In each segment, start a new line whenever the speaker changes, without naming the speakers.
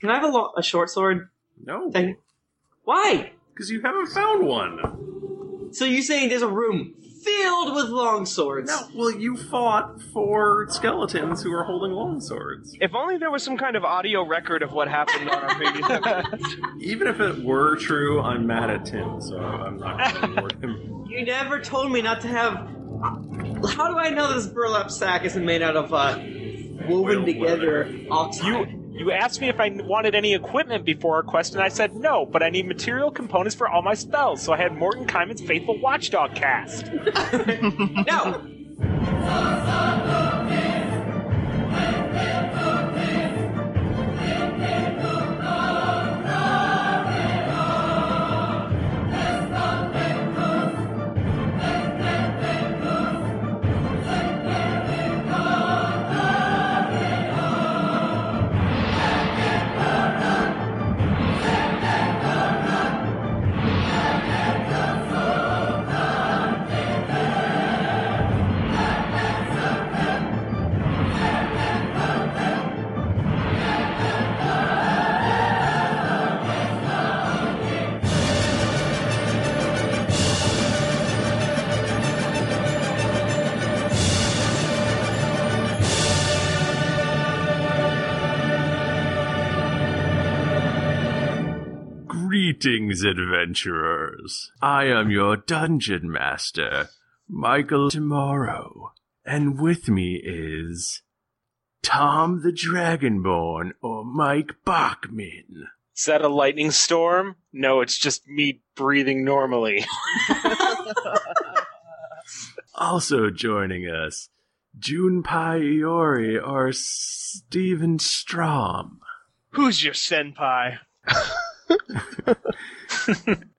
Can I have a, lo- a short sword?
No,
Thank- Why?
because you haven't found one.
So you're saying there's a room filled with long swords?
No, well, you fought four skeletons who are holding long swords.
If only there was some kind of audio record of what happened on our previous episode.
Even if it were true, I'm mad at Tim, so I'm not going to reward him.
You never told me not to have. uh, How do I know this burlap sack isn't made out of uh,
Whale
woven together ox?
You you asked me if I wanted any equipment before our quest, and I said no, but I need material components for all my spells, so I had Morton Kyman's Faithful Watchdog cast.
no.
Oh,
Greetings, adventurers. I am your dungeon master, Michael Tomorrow, and with me is Tom the Dragonborn or Mike Bachman.
Is that a lightning storm? No, it's just me breathing normally.
Also joining us, Junpei Iori or Steven Strom,
Who's your senpai?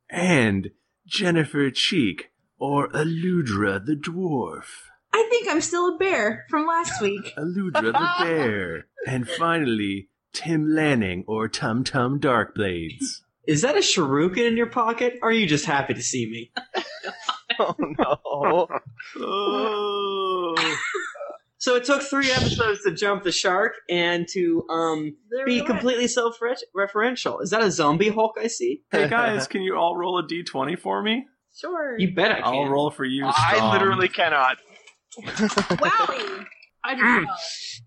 and Jennifer Cheek or Aludra the Dwarf.
I think I'm still a bear from last week.
Aludra the Bear. And finally, Tim Lanning or Tum Tum Darkblades.
Is that a shuriken in your pocket? Or are you just happy to see me?
Oh no.
Oh.
So it took three episodes to jump the shark and to um,
There
be
we are.
completely self-referential. Is that a zombie Hulk I see?
Hey guys, can you all roll a d20 for me?
Sure.
You bet I can.
I'll roll for you.
I
Strom.
literally cannot.
Wowie! I
Mm.
just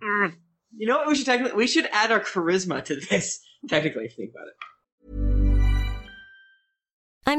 fell.
Mm.
You know what? We should technically we should add our charisma to this. Technically, if you think about it.
I'm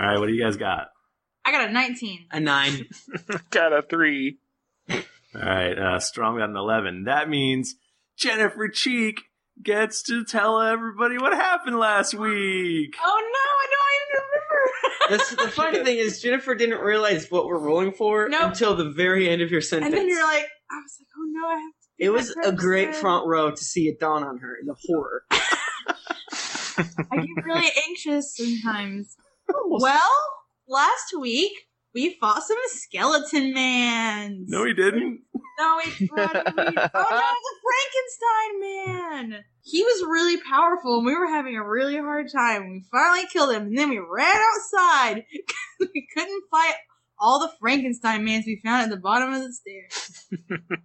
All right, what do you guys got?
I got a 19.
A nine.
Got a three.
All right, uh, Strom got an 11. That means Jennifer Cheek gets to tell everybody what happened last week.
Oh no, I don't
That's, the funny thing is Jennifer didn't realize what we're rolling for until the very end of your
even
sentence.
remember. And then you're like, I was like, oh no, I have to.
it was a great front row to see it dawn on her, the horror.
I get really anxious sometimes. well, last week we fought some skeleton mans.
No, he didn't.
No, we fought. we- oh no, the Frankenstein man. He was really powerful, and we were having a really hard time. We finally killed him, and then we ran outside 'cause we couldn't fight all the Frankenstein mans we found at the bottom of the stairs.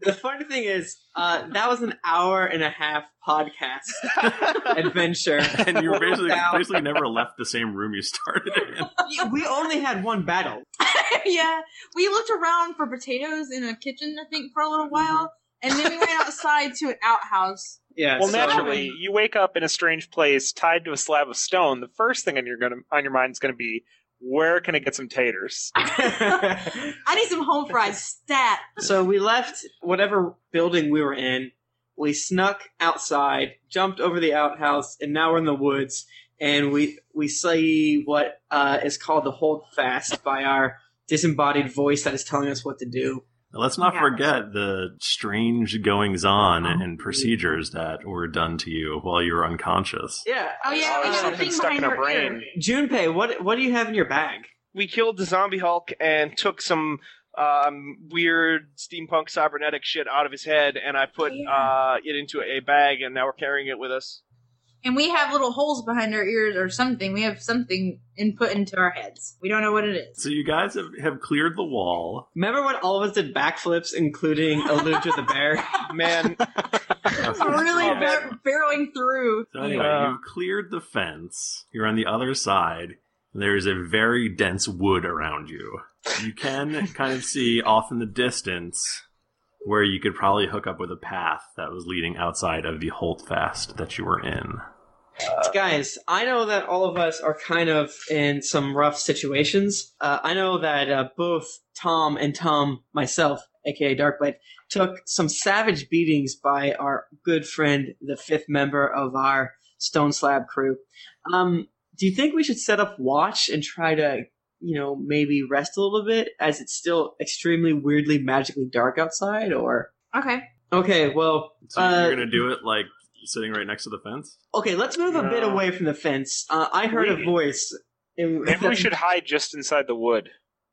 the funny thing is, uh, that was an hour and a half podcast adventure,
And you basically
About-
basically never left the same room you started in.
we only had one battle.
yeah, we looked around for potatoes in a kitchen, I think, for a little while, and then we went outside to an outhouse.
Yeah.
Well,
so-
naturally, you wake up in a strange place, tied to a slab of stone. The first thing on your gonna, on your mind is going to be, where can I get some taters?
I need some home fried stat.
So we left whatever building we were in. We snuck outside, jumped over the outhouse, and now we're in the woods. And we we see what uh, is called the hold fast by our disembodied voice that is telling us what to do.
Now, Let's not forget the strange goings on and procedures that were done to you while you were unconscious.
Yeah.
Oh yeah, we got a thing behind her ear.
Junpei, what what do you have in your bag?
We killed the zombie Hulk and took some um, weird steampunk cybernetic shit out of his head, and I put uh, it into a bag, and now we're carrying it with us.
And we have little holes behind our ears or something. We have something input into our heads. We don't know what it is.
So you guys have, have cleared the wall.
Remember when all of us did backflips, including Aludra the bear?
Man,
really bar- barreling through.
So anyway, you've cleared the fence. You're on the other side. There is a very dense wood around you. You can kind of see off in the distance where you could probably hook up with a path that was leading outside of the holdfast that you were in.
Uh,
Guys, I know that all of us are kind of in some rough situations. Uh, I know that uh, both Tom and Tom, myself, aka Darkblade, took some savage beatings by our good friend, the fifth member of our Stone Slab crew. Um, do you think we should set up watch and try to, you know, maybe rest a little bit as it's still extremely weirdly magically dark outside? Or
Okay.
okay, well,
So
uh,
you're gonna do it like sitting right next to the fence.
Okay, let's move a bit
No.
away from the fence. Uh, I heard
We-
a voice. and-
Maybe we should hide just inside the wood.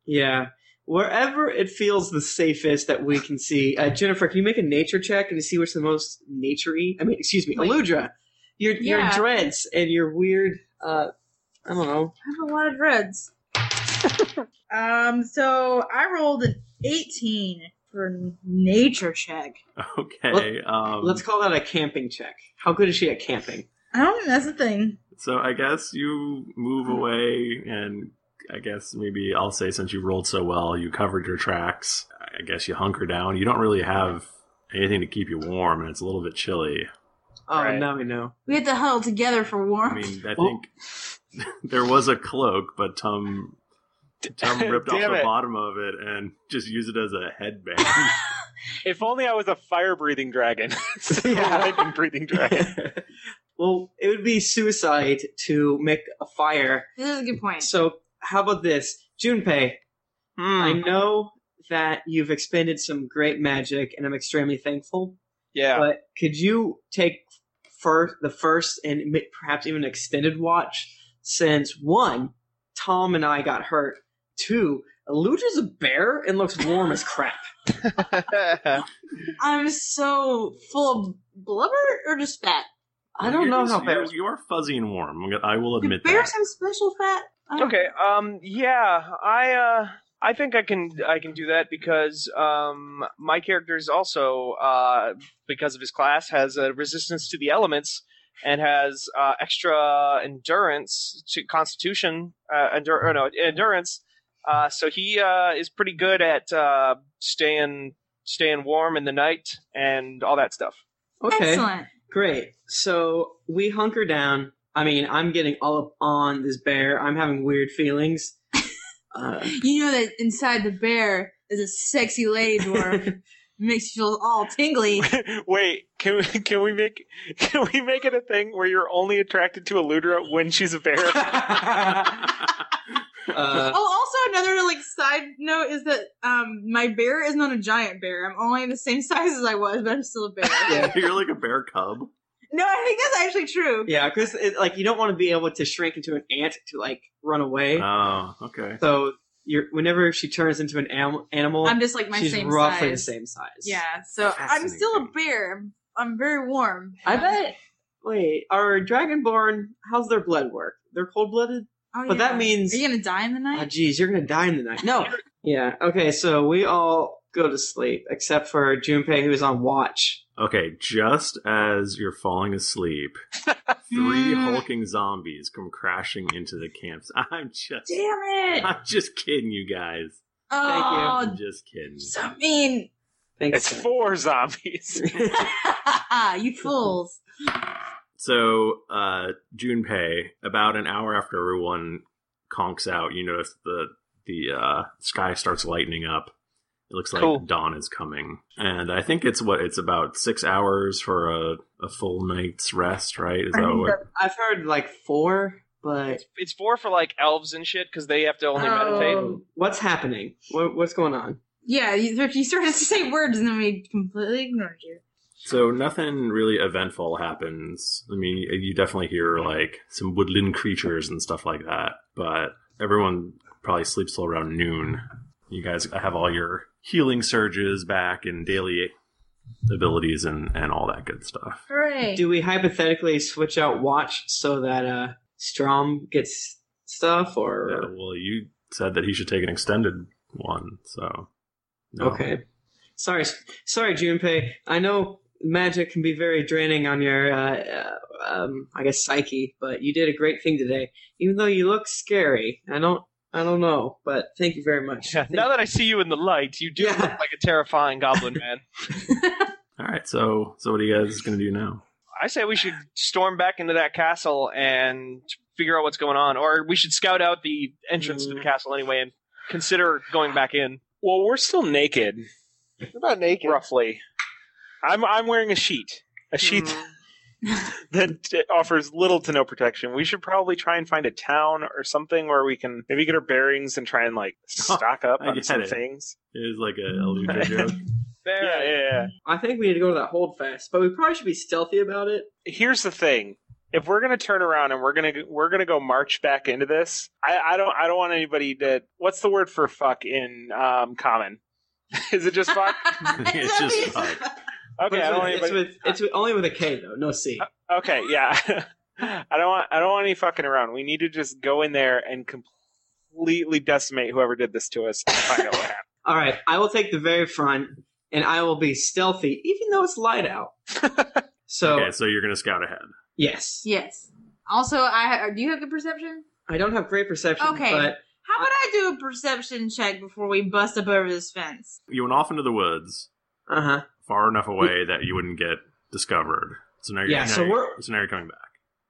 Yeah. Wherever it feels the safest that we can see. Uh, Jennifer, can you make a nature check and see what's the most naturey? I mean, excuse me, Aludra. Your your
Yeah.
dreads and your weird. Uh, I don't know.
I have a lot of dreads. um, so I rolled an 18 for nature check.
Okay. um,
Let's call that a camping check. How good is she at camping?
I don't think Oh, that's a thing.
So I guess you
Hmm.
move away, and I guess maybe I'll say since you rolled so well, you covered your tracks. I guess you hunker down. You don't really have anything to keep you warm, and it's a little bit chilly.
Oh, now we know.
We had to huddle together for
I
warmth.
mean, I think there was a cloak, but Tom Tom ripped off
Damn
the
it.
bottom of it and just used it as a headband.
If only I was a fire-breathing dragon. breathing dragon.
well, it would be suicide to make a fire
this is a good point.
So, how about this, Junpei? I
Mm.
know that you've expended some great magic, and I'm extremely thankful.
Yeah.
But could you take first the first and mi- perhaps even extended watch? Since one, Tom and I got hurt. Two, Luja's a bear and looks warm as crap.
I'm so full of blubber or just fat?
you, you are fuzzy and warm. I will admit that.
Bears have special fat. Oh. I don't-
Okay. Um. Yeah. I. Uh. I think I can. I can do that because um. My character is also uh because of his class has a resistance to the elements and has uh, extra endurance to constitution. Uh, endur- or no endurance. Uh. So he uh is pretty good at uh staying staying warm in the night and all that stuff.
Okay.
Excellent.
Great. So we hunker down. I mean, I'm getting all up on this bear. I'm having weird feelings. Uh,
You know that inside the bear is a sexy lady dwarf. makes you feel all tingly.
Wait, can we, can we make can we make it a thing where you're only attracted to Eludra when she's a bear?
Uh,
oh, also another like side note is that um my bear is not a giant bear. I'm only the same size as I was, but I'm still a bear.
You're like a bear cub.
No, I think that's actually true.
Yeah, because like you don't want to be able to shrink into an ant to like run away.
Oh, okay.
So you're whenever she turns into an am- animal,
I'm just like my
she's
same
roughly
size.
the same size.
Yeah, so I'm still a bear. I'm, I'm very warm.
I bet. Wait, are dragonborn? How's their blood work? They're cold blooded.
Oh,
but that
yeah.
means-
are you gonna die in the night?
Ah, geez, you're gonna die in the night. No. yeah. Okay. So we all go to sleep except for Junpei, who is on watch.
Okay, just as you're falling asleep, three hulking zombies come crashing into the camps. I'm just
Damn it!
I'm just kidding you guys.
Oh,
I'm just kidding.
I mean,
It's
four zombies.
you fools.
So, uh, Junpei, about an hour after everyone conks out, you notice the the uh, sky starts lightening up. It looks like
Cool.
dawn is coming, and I think it's what it's about six hours for a, a full night's rest, right? Is that what?
I've heard like four, but
It's four for like elves and shit because they have to only
Oh.
meditate.
What's happening? What, what's going on?
Yeah, you, if you started to say words, and then we completely ignored you.
So nothing really eventful happens. I mean, you definitely hear like some woodland creatures and stuff like that, but everyone probably sleeps till around noon. You guys have all your healing surges back and daily abilities and, and all that good stuff.
Hooray!
Do we hypothetically switch out watch so that uh Strom gets stuff or
Yeah, well, you said that he should take an extended one, so no.
Okay. Sorry, sorry, Junpei. I know magic can be very draining on your, uh, uh, um, I guess, psyche. But you did a great thing today. Even though you look scary, I don't, I don't know. But thank you very much.
Now that I see you in the light, you do look like a terrifying goblin man.
All right. So so what are you guys gonna do now?
I say we should storm back into that castle and figure out what's going on, or we should scout out the entrance to
Mm.
the castle anyway and consider going back in.
well, we're still naked.
We're not naked.
Roughly, I'm I'm wearing a sheet, a sheet that offers little to no protection. We should probably try and find a town or something where we can maybe get our bearings and try and like stock up
I
on
get
some
it.
things.
It is like a Eludra joke.
Yeah, yeah, yeah.
I think we need to go to that hold fast, but we probably should be stealthy about it.
Here's the thing. If we're gonna turn around and we're gonna we're gonna go march back into this, I, I don't I don't want anybody to. What's the word for fuck in um, common? Is it just fuck?
it's just fuck.
Okay, I don't
But
want
it's, with, it's,
anybody.
with, it's with- only with a K though, no C.
Uh,
Okay, yeah. I don't want I don't want any fucking around. We need to just go in there and completely decimate whoever did this to us and find out what happened.
All right, I will take the very front, and I will be stealthy, even though it's light out. so
okay, so you're gonna scout ahead.
yes,
Yes. Also, I uh, do you have good perception?
I don't have great perception,
Okay.
but
How about I do a perception check before we bust up over this fence?
you went off into the woods
uh huh.
far enough away that you wouldn't get discovered. So now you're,
Yeah,
now
so
you're-
we're-
so now you're coming back.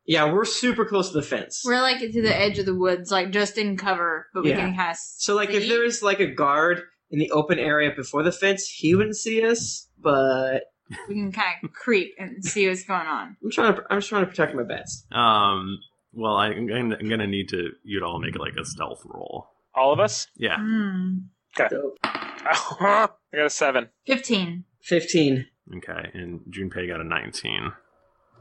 Yeah, we're super close to the fence.
We're like to the edge of the woods, like just in cover, but we
Yeah.
can kind of
so like if there is like a guard in the open area before the fence, he wouldn't see us, but
we can kind of creep and see what's going on.
I'm trying to I'm just trying to protect my bets.
Um, well, I, I'm, gonna, I'm gonna need to you to all make like a stealth roll.
All of us?
Yeah,
Hmm.
So
I got a seven.
Fifteen.
fifteen.
okay. And Junpei got a 19.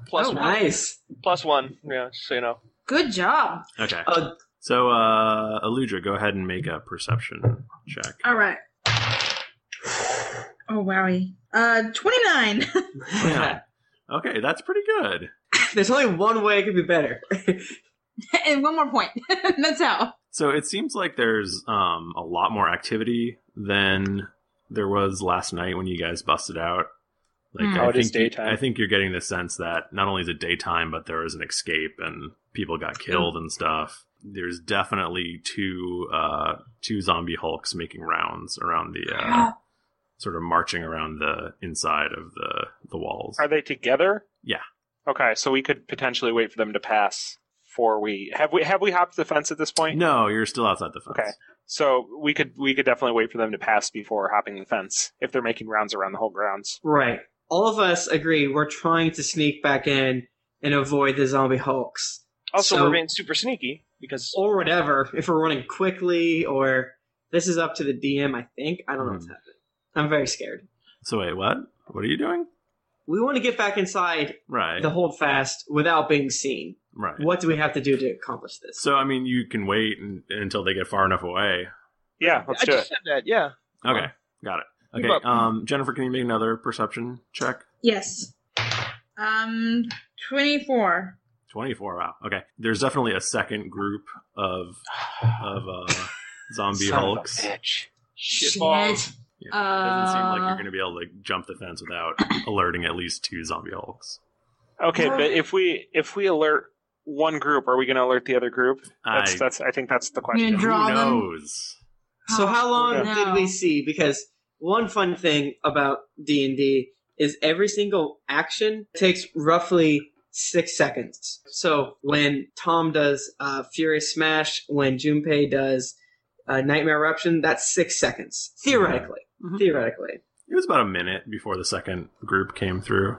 Plus
oh,
one.
nice.
Plus one. Yeah, just so you know.
Good job.
Okay.
Uh,
so, uh, Aludra, go ahead and make a perception check.
All right. Oh wowie. Uh, twenty nine.
Yeah. Okay, that's pretty good.
there's only one way it could be better.
and one more point. That's how.
So it seems like there's um a lot more activity than there was last night when you guys busted out. Like
Hmm.
I
Oh, it
think
is daytime.
I think you're getting the sense that not only is it daytime, but there was an escape and people got killed and stuff. There's definitely two uh two zombie hulks making rounds around the uh, sort of marching around the inside of the the walls.
Are they together?
Yeah.
Okay, so we could potentially wait for them to pass. before we have we have we hopped the fence at this point?
No, you're still outside the fence.
Okay. So we could we could definitely wait for them to pass before hopping the fence if they're making rounds around the whole grounds.
Right. All of us agree we're trying to sneak back in and avoid the zombie hulks.
Also,
So-
we're being super sneaky because
or whatever. If we're running quickly, or this is up to the DM. I think I don't know what's happening. I'm very scared.
Hmm. So wait, what? What are you doing?
We want to get back inside
Right.
the holdfast without being seen.
Right.
What do we have to do to accomplish this?
So I mean, you can wait un until they get far enough away.
Yeah, let's
I just said that. Yeah.
Okay, got it.
Keep
Okay,
up.
um, Jennifer, can you make another perception check?
Yes. Um, 24.
Twenty-four. Wow. Okay. There's definitely a second group of of uh, zombie
Son of a
hulks.
bitch.
Shit.
Yeah, it doesn't seem like
Uh,
you're going to be able to jump the fence without alerting at least two zombie hulks.
Okay, but if we if we alert one group, are we going to alert the other group? That's
I-
that's I think that's the
You
question.
gonna draw
Who
them?
knows?
So how long
no.
did we see? Because one fun thing about D and D is every single action takes roughly six seconds. So when Tom does uh, Furious Smash, when Junpei does uh, Nightmare Eruption, that's six seconds theoretically. Theoretically,
It was about a minute before the second group came through.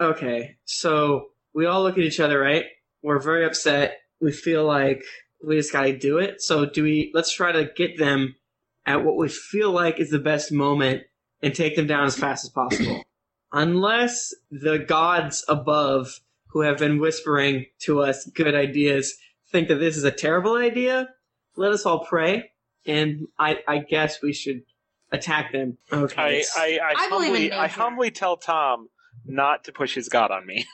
okay. So we all look at each other, right? We're very upset. We feel like we just gotta do it. So do we? Let's try to get them at what we feel like is the best moment and take them down as fast as possible. Unless the gods above who have been whispering to us good ideas think that this is a terrible idea, let us all pray. And I, I guess we should attack them. Okay.
I I, I,
I believe in
humbly I
nature.
humbly tell Tom not to push his god on me.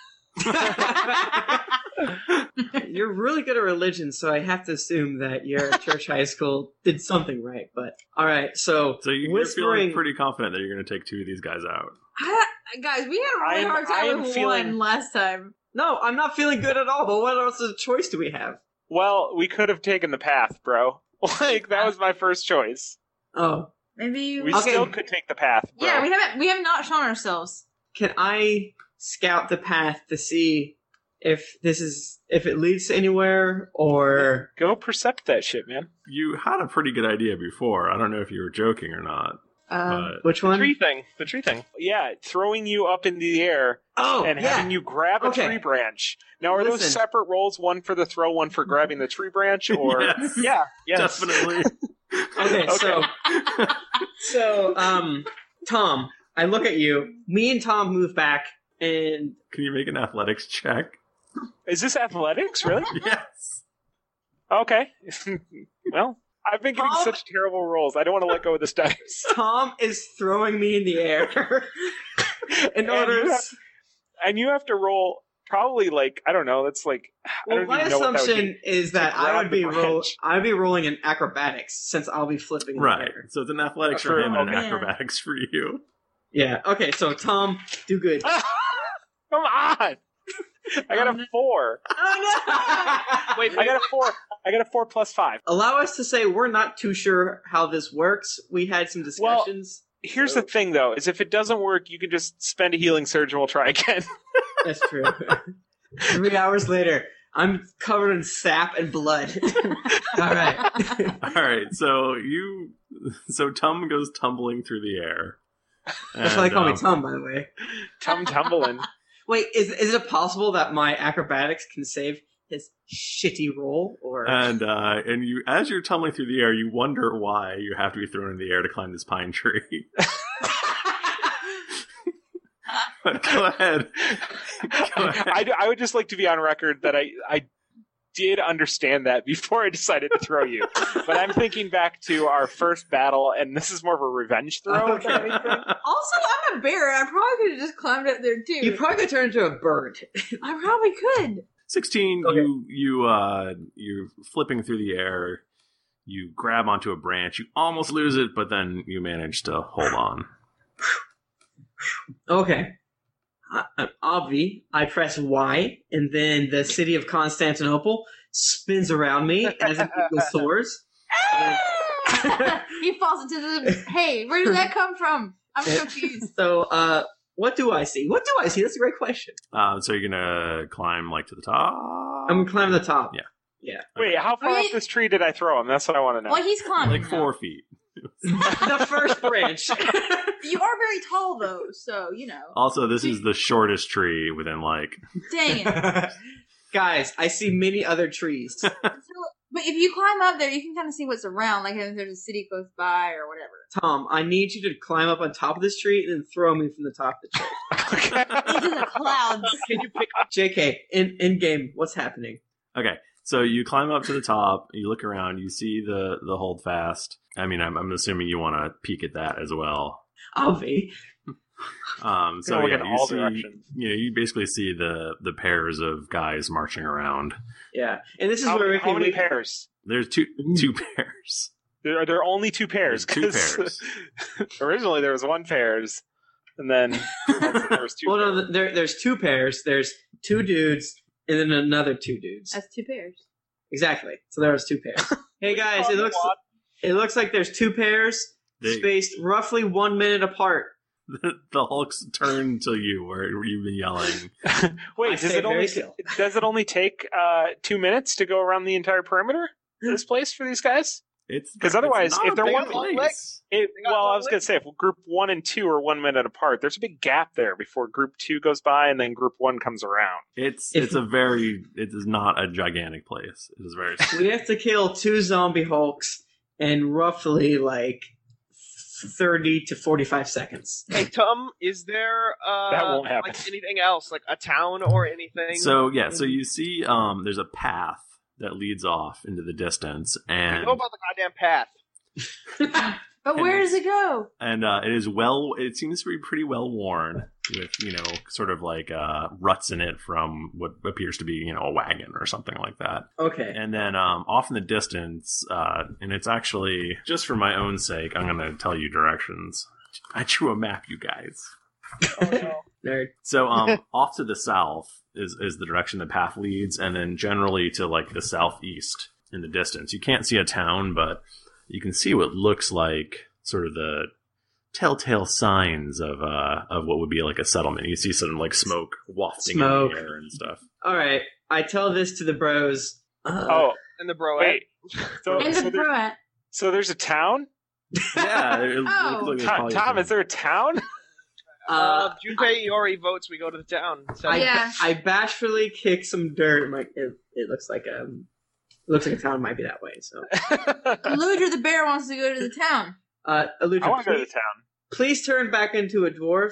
you're really good at religion, so I have to assume that your church high school did something right. But all right, so,
So you, you're feeling
whispering.
pretty confident that you're going to take two of these guys out.
I, guys, we had a really
I'm-
hard time
I'm
with
feeling-
one last time.
no, I'm not feeling good at all. But what else of choice do we have?
Well, we could have taken the path, bro. Like that was my first choice.
Oh,
Maybe
We
Okay.
still could take the path, bro.
yeah, we haven't we have not shown ourselves.
can I scout the path to see if this is if it leads to anywhere or
Go percept that shit, man.
You had a pretty good idea before. I don't know if you were joking or not,
Um,
but
which
The
one?
tree thing. The tree thing.
Yeah, throwing you up into the air
Oh,
and
yeah.
having you grab a
Okay.
tree branch. Now, are those
Listen.
separate rolls? One for the throw, one for grabbing the tree branch? Or
Yes.
yeah, yes.
definitely.
okay, so so um, Tom, I look at you. Me and Tom move back, and
Can you make an athletics check?
Is this athletics? Really?
Yes.
Okay. well, I've been getting
Tom-
such terrible rolls. I don't want to let go of this dice.
Tom is throwing me in the air. in
And
order,
you have- and you have to roll probably like I don't know. That's like I
well,
don't
my
even know what that would be.
assumption is that I
grab
would
the
be roll,
branch.
I'd be rolling in acrobatics since I'll be flipping. in the
Right.
air.
So it's an athletics for
Sure,
him and an
okay.
acrobatics for you.
Yeah. Okay. So Tom, do good.
Come on. Ah, I got a four.
oh
Wait,
I
wait,
got a four. I got a four plus five.
Allow us to say we're not too sure how this works. We had some
Well,
discussions.
Here's the thing, though, is if it doesn't work, you can just spend a healing surge and we'll try again.
That's true. Three hours later, I'm covered in sap and blood. All right.
All right. So you, so Tum goes tumbling through the air.
That's why
And,
they call
um,
me Tom, by the way.
Tum tumbling.
Wait, is is it possible that my acrobatics can save his shitty roll? Or
And uh, and you, as you're tumbling through the air, you wonder why you have to be thrown in the air to climb this pine tree. but go ahead. Go ahead.
I, I would just like to be on record that I, I did understand that before I decided to throw you. But I'm thinking back to our first battle, and this is more of a revenge throw. if
Okay.
anything.
also, I'm a bear. I probably could have just climbed up there too.
you probably could turn into a bird.
I probably could.
16
Okay.
you you uh you're flipping through the air you grab onto a branch you almost lose it but then you manage to hold on
Okay. I, I'm Obvi, I press Y, and then the city of Constantinople spins around me as an eagle soars.
he falls into the. Hey, where did that come from? I'm confused.
So, uh, what do I see? What do I see? That's a great question.
uh, so you're gonna climb like to the top
I'm gonna climb the top.
Yeah.
Yeah.
Wait, how far
Are
off
you-
this tree did I throw him? That's what I want to know.
Well, he's climbing.
Like four feet.
the first branch.
You are very tall though, so you know.
Also, this is the shortest tree within like
Dang it.
Guys, I see many other trees.
But if you climb up there, you can kind of see what's around, like if there's a city close by or whatever.
Tom, I need you to climb up on top of this tree and then throw me from the top of the tree.
Into the clouds.
Can you pick JK in in game? What's happening?
Okay, so you climb up to the top, you look around, you see the the hold fast. I mean, I'm, I'm assuming you want to peek at that as well.
I'll be.
Um, so
Gonna look
yeah,
in
you
all
see,
directions.
you know, you basically see the the pairs of guys marching around.
Yeah, and this is
How,
where we
how
can
many
make
pairs?
There's two
Mm.
two pairs.
There are, there are only two pairs.
There's two
'cause
pairs.
originally there was one pairs, and then there was two.
Well,
pairs.
no, th- there, there's two pairs. There's two dudes and then another two dudes.
That's two pairs.
Exactly. So there was two pairs. hey guys, it looks it looks like there's two pairs
They-
spaced roughly one minute apart.
The, the Hulk's turned to you where where you've been yelling.
I
Wait, does
stay
it only
very still.
does it only take uh, two minutes to go around the entire perimeter? of This place for these guys?
It's
'Cause
it's
otherwise,
not
if
a
they're
big
one long
place.
It,
They got
well,
one
I was going to say if group one and two are one minute apart, there's a big gap there before group two goes by and then group one comes around.
it's
If-
it's a very it is not a gigantic place. It is very small.
We have to kill two zombie hulks in roughly like thirty to forty-five seconds.
Hey Tom, is there uh,
That won't happen.
like anything else, like a town or anything?
So yeah, so you see, um, there's a path that leads off into the distance,
Oh,
and
go about the goddamn path.
But
And-
where does it go?
and uh, it is well. It seems to be pretty well worn, with you know, sort of like uh, ruts in it from what appears to be you know a wagon or something like that.
Okay.
And then um, off in the distance, uh, and it's actually just for my own sake, I'm going to tell you directions. I drew a map, you guys.
Nerd.
So um off to the south is is the direction the path leads and then generally to like the southeast in the distance. You can't see a town but you can see what looks like sort of the telltale signs of uh of what would be like a settlement. You see some like smoke wafting
Smoke. Oh,
in the air and stuff.
All right. I tell this to the bros. Uh,
oh,
And the bro.
wait. So,
In
so,
the
there-
front.
so there's a town?
Yeah, it
Oh.
looks like there's
Tom,
probably
Tom,
some-
is there a town?
uh,
Uh, Junpei Iori votes we go to the town. So
I,
Yeah.
I bashfully kick some dirt. I'm like, it, it looks like um, it looks like a town might be that way. So,
Ludra the bear wants to go to the town.
uh, Aludra,
I want to go to
please,
the town.
please turn back into a dwarf.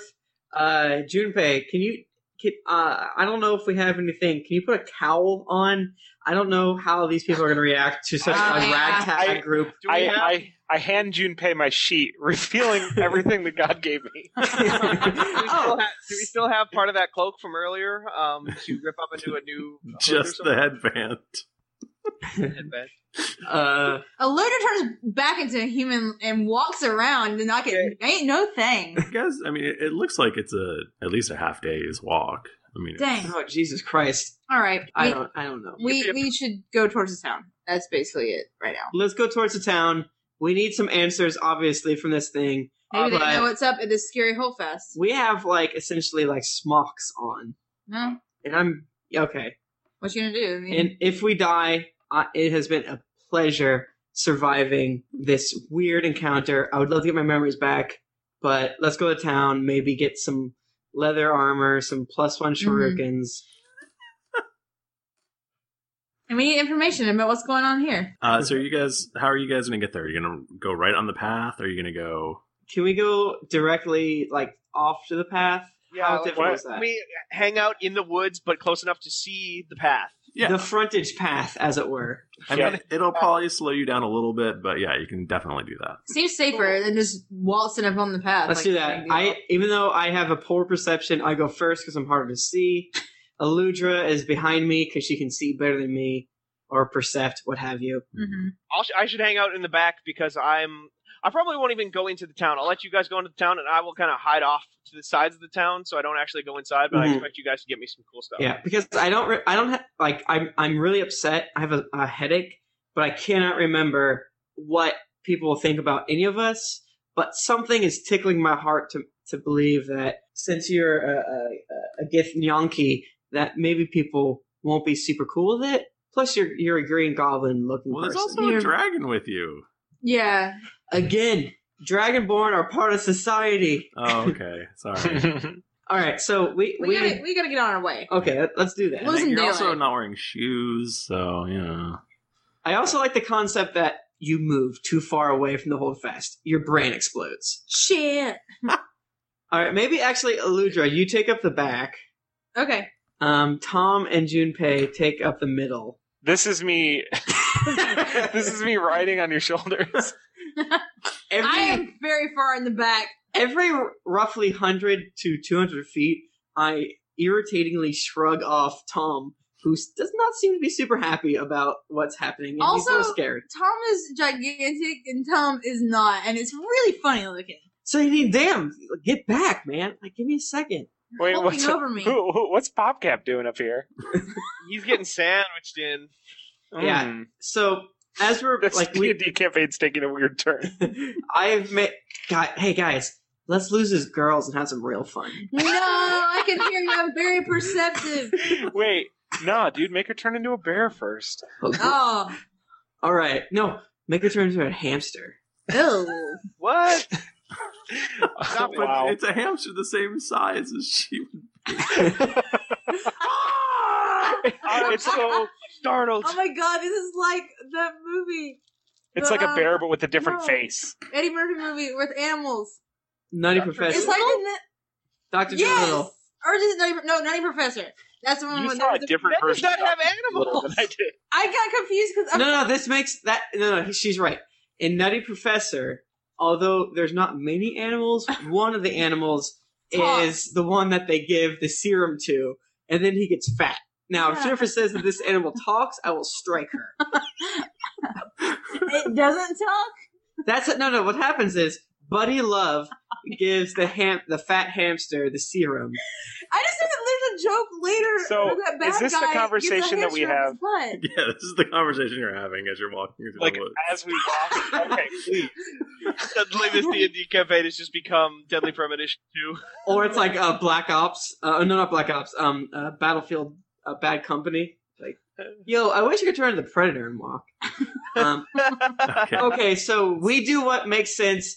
Uh, Junpei, can you? Can, uh, I don't know if we have anything. Can you put a cowl on? I don't know how these people are going to react to such
Oh,
a
yeah.
ragtag
I-
group.
do we
I,
have?
I, I hand Junpei my sheet, revealing everything that God gave me.
do, we still have, do we still have part of that cloak from earlier um, to rip up into a new hood or
just the
something?
headband.
Headband.
Uh,
Eludra turns back into a human and walks around and I can ain't no thing.
I guess I mean it, it looks like it's a at least a half day's walk. I mean it's-
Dang.
oh Jesus Christ!
All right.
I
We-
don't. I don't know.
we we should go towards the town. That's basically it right now.
Let's go towards the town. We need some answers, obviously, from this thing.
Maybe
Alright.
they know what's up at this scary hole fest.
We have like essentially like smocks on,
No,
and I'm okay.
what you gonna do? I mean,
And if we die, uh, it has been a pleasure surviving this weird encounter. I would love to get my memories back, but let's go to town. Maybe get some leather armor, some plus one
Mm-hmm.
shurikens.
and we need information about what's going on here.
Uh, so you guys, how are you guys going to get there? Are you going to go right on the path? Or are you going to go?
Can we go directly like off to the path?
Yeah,
How
like,
difficult
why-
is that?
We hang out in the woods, but close enough to see the path.
Yeah,
The frontage path, as it were.
I
Yeah.
mean, it'll probably slow you down a little bit, but yeah, you can definitely do that.
Seems safer than just waltzing up on the path.
Let's
like
do
it's
that.
no big deal.
I even though I have a poor perception, I go first because I'm harder to see. Aludra is behind me because she can see better than me, or percept, what have you.
Mhm.
I'll sh- I should hang out in the back because I'm. I probably won't even go into the town. I'll let you guys go into the town, and I will kind of hide off to the sides of the town, so I don't actually go inside. But
Mhm.
I expect you guys to get me some cool stuff.
Yeah, because I don't, re- I don't ha- like. I'm, I'm really upset. I have a, a headache, but I cannot remember what people think about any of us. But something is tickling my heart to to believe that since you're a, a, a Githyanki, that maybe people won't be super cool with it. Plus, you're you're a green goblin looking.
Well, there's
person.
also a dragon with you.
Yeah.
Again, dragonborn are part of society.
Oh, okay. Sorry.
All right, so we
We, gotta, we gotta get on our way.
okay, let- let's do that.
Listen
You're
to
also
it.
not wearing shoes, so you know.
I also like the concept that you move too far away from the holdfast, your brain explodes.
Shit.
All right, maybe actually, Aludra, you take up the back.
Okay.
Um, Tom and Junpei take up the middle.
This is me. this is me riding on your shoulders.
Every
I am very far in the back.
every roughly hundred to two hundred feet, I irritatingly shrug off Tom, who s- does not seem to be super happy about what's happening, and he's a little
Also-
scared.
Tom is gigantic and Tom is not, and it's really funny looking.
So you need, damn, get back, man! Like, give me a second.
Wait,
Hulking
what's
over me.
Who, who, what's PopCap doing up here?
He's getting sandwiched in.
Yeah.
Mm.
So as we're
this
like,
D
we,
and D campaign's taking a weird turn.
I've met. Guy, hey guys, let's lose as girls and have some real fun.
No, I can hear you. I'm very perceptive.
Wait, nah, dude, make her turn into a bear first.
Oh.
All right, no, make her turn into a hamster.
Ew.
What?
But
wow.
it's a hamster the same size as she.
Oh, it's so startled.
Oh my god, this is like that movie. Uh,
It's like a bear, but with a different
No.
face.
Eddie Murphy movie with animals.
Nutty
Dr.
Professor.
It's like in the,
Doctor
yes,
Dolittle.
or just Nutty, no, Nutty Professor. That's the one.
You
when
saw
there
a
was
different
That does
version
not have
little
animals.
than I did.
I got confused because
No, no, this makes that. No, no, she's right. In Nutty Professor, although there's not many animals, one of the animals
Talk.
is the one that they give the serum to, and then he gets fat. Now, if
Yeah.
Jennifer says that this animal talks, I will strike her.
it doesn't talk.
That's it. No, no. What happens is Buddy Love gives the ham, the fat hamster, the serum.
I just think that there's a joke later.
So,
where that bad
is this the
guy gets a
conversation that we
hamster up his
Yeah, this is the conversation you're having as you're walking through
Like
the woods.
as we walk. Okay, please.
Suddenly, this D and D campaign has just become Deadly Premonition Two.
Or it's like uh, Black Ops. Uh, no, not Black Ops. Um, uh, Battlefield uh, Bad Company. Like, yo, I wish you could turn into the Predator and walk. Um,
Okay.
okay, so we do what makes sense.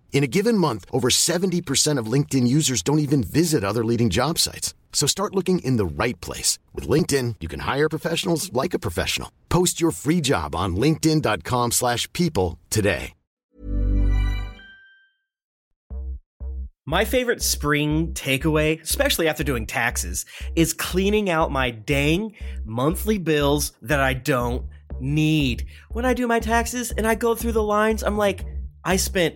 In a given month, over 70% of LinkedIn users don't even visit other leading job sites. So start looking in the right place. With LinkedIn, you can hire professionals like a professional. Post your free job on linkedin.com/people slash people today.
My favorite spring takeaway, especially after doing taxes, is cleaning out my dang monthly bills that I don't need. When I do my taxes and I go through the lines, I'm like, I spent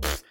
Pfft,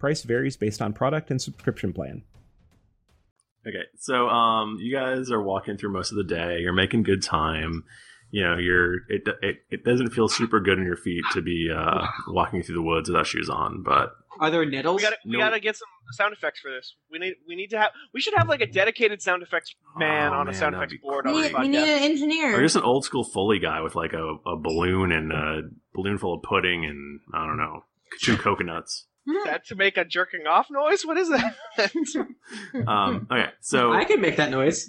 Price varies based on product and subscription plan.
Okay, so um, you guys are walking through most of the day. You're making good time. You know, you're it it, it doesn't feel super good in your feet to be uh, walking through the woods without shoes on, but
Are there nettles?
We gotta, we
No.
gotta get some sound effects for this. We need, we need to have, we should have like a dedicated sound effects man
Oh,
on
man,
a sound
that'd be
effects
Oh,
board.
We
on
need,
the
we need
podcast.
an engineer.
or just an old school Foley guy with like a, a balloon and a balloon full of pudding and I don't know two coconuts.
that to make a jerking off noise? What is that?
Um, okay, so
Hmm. I can make that noise.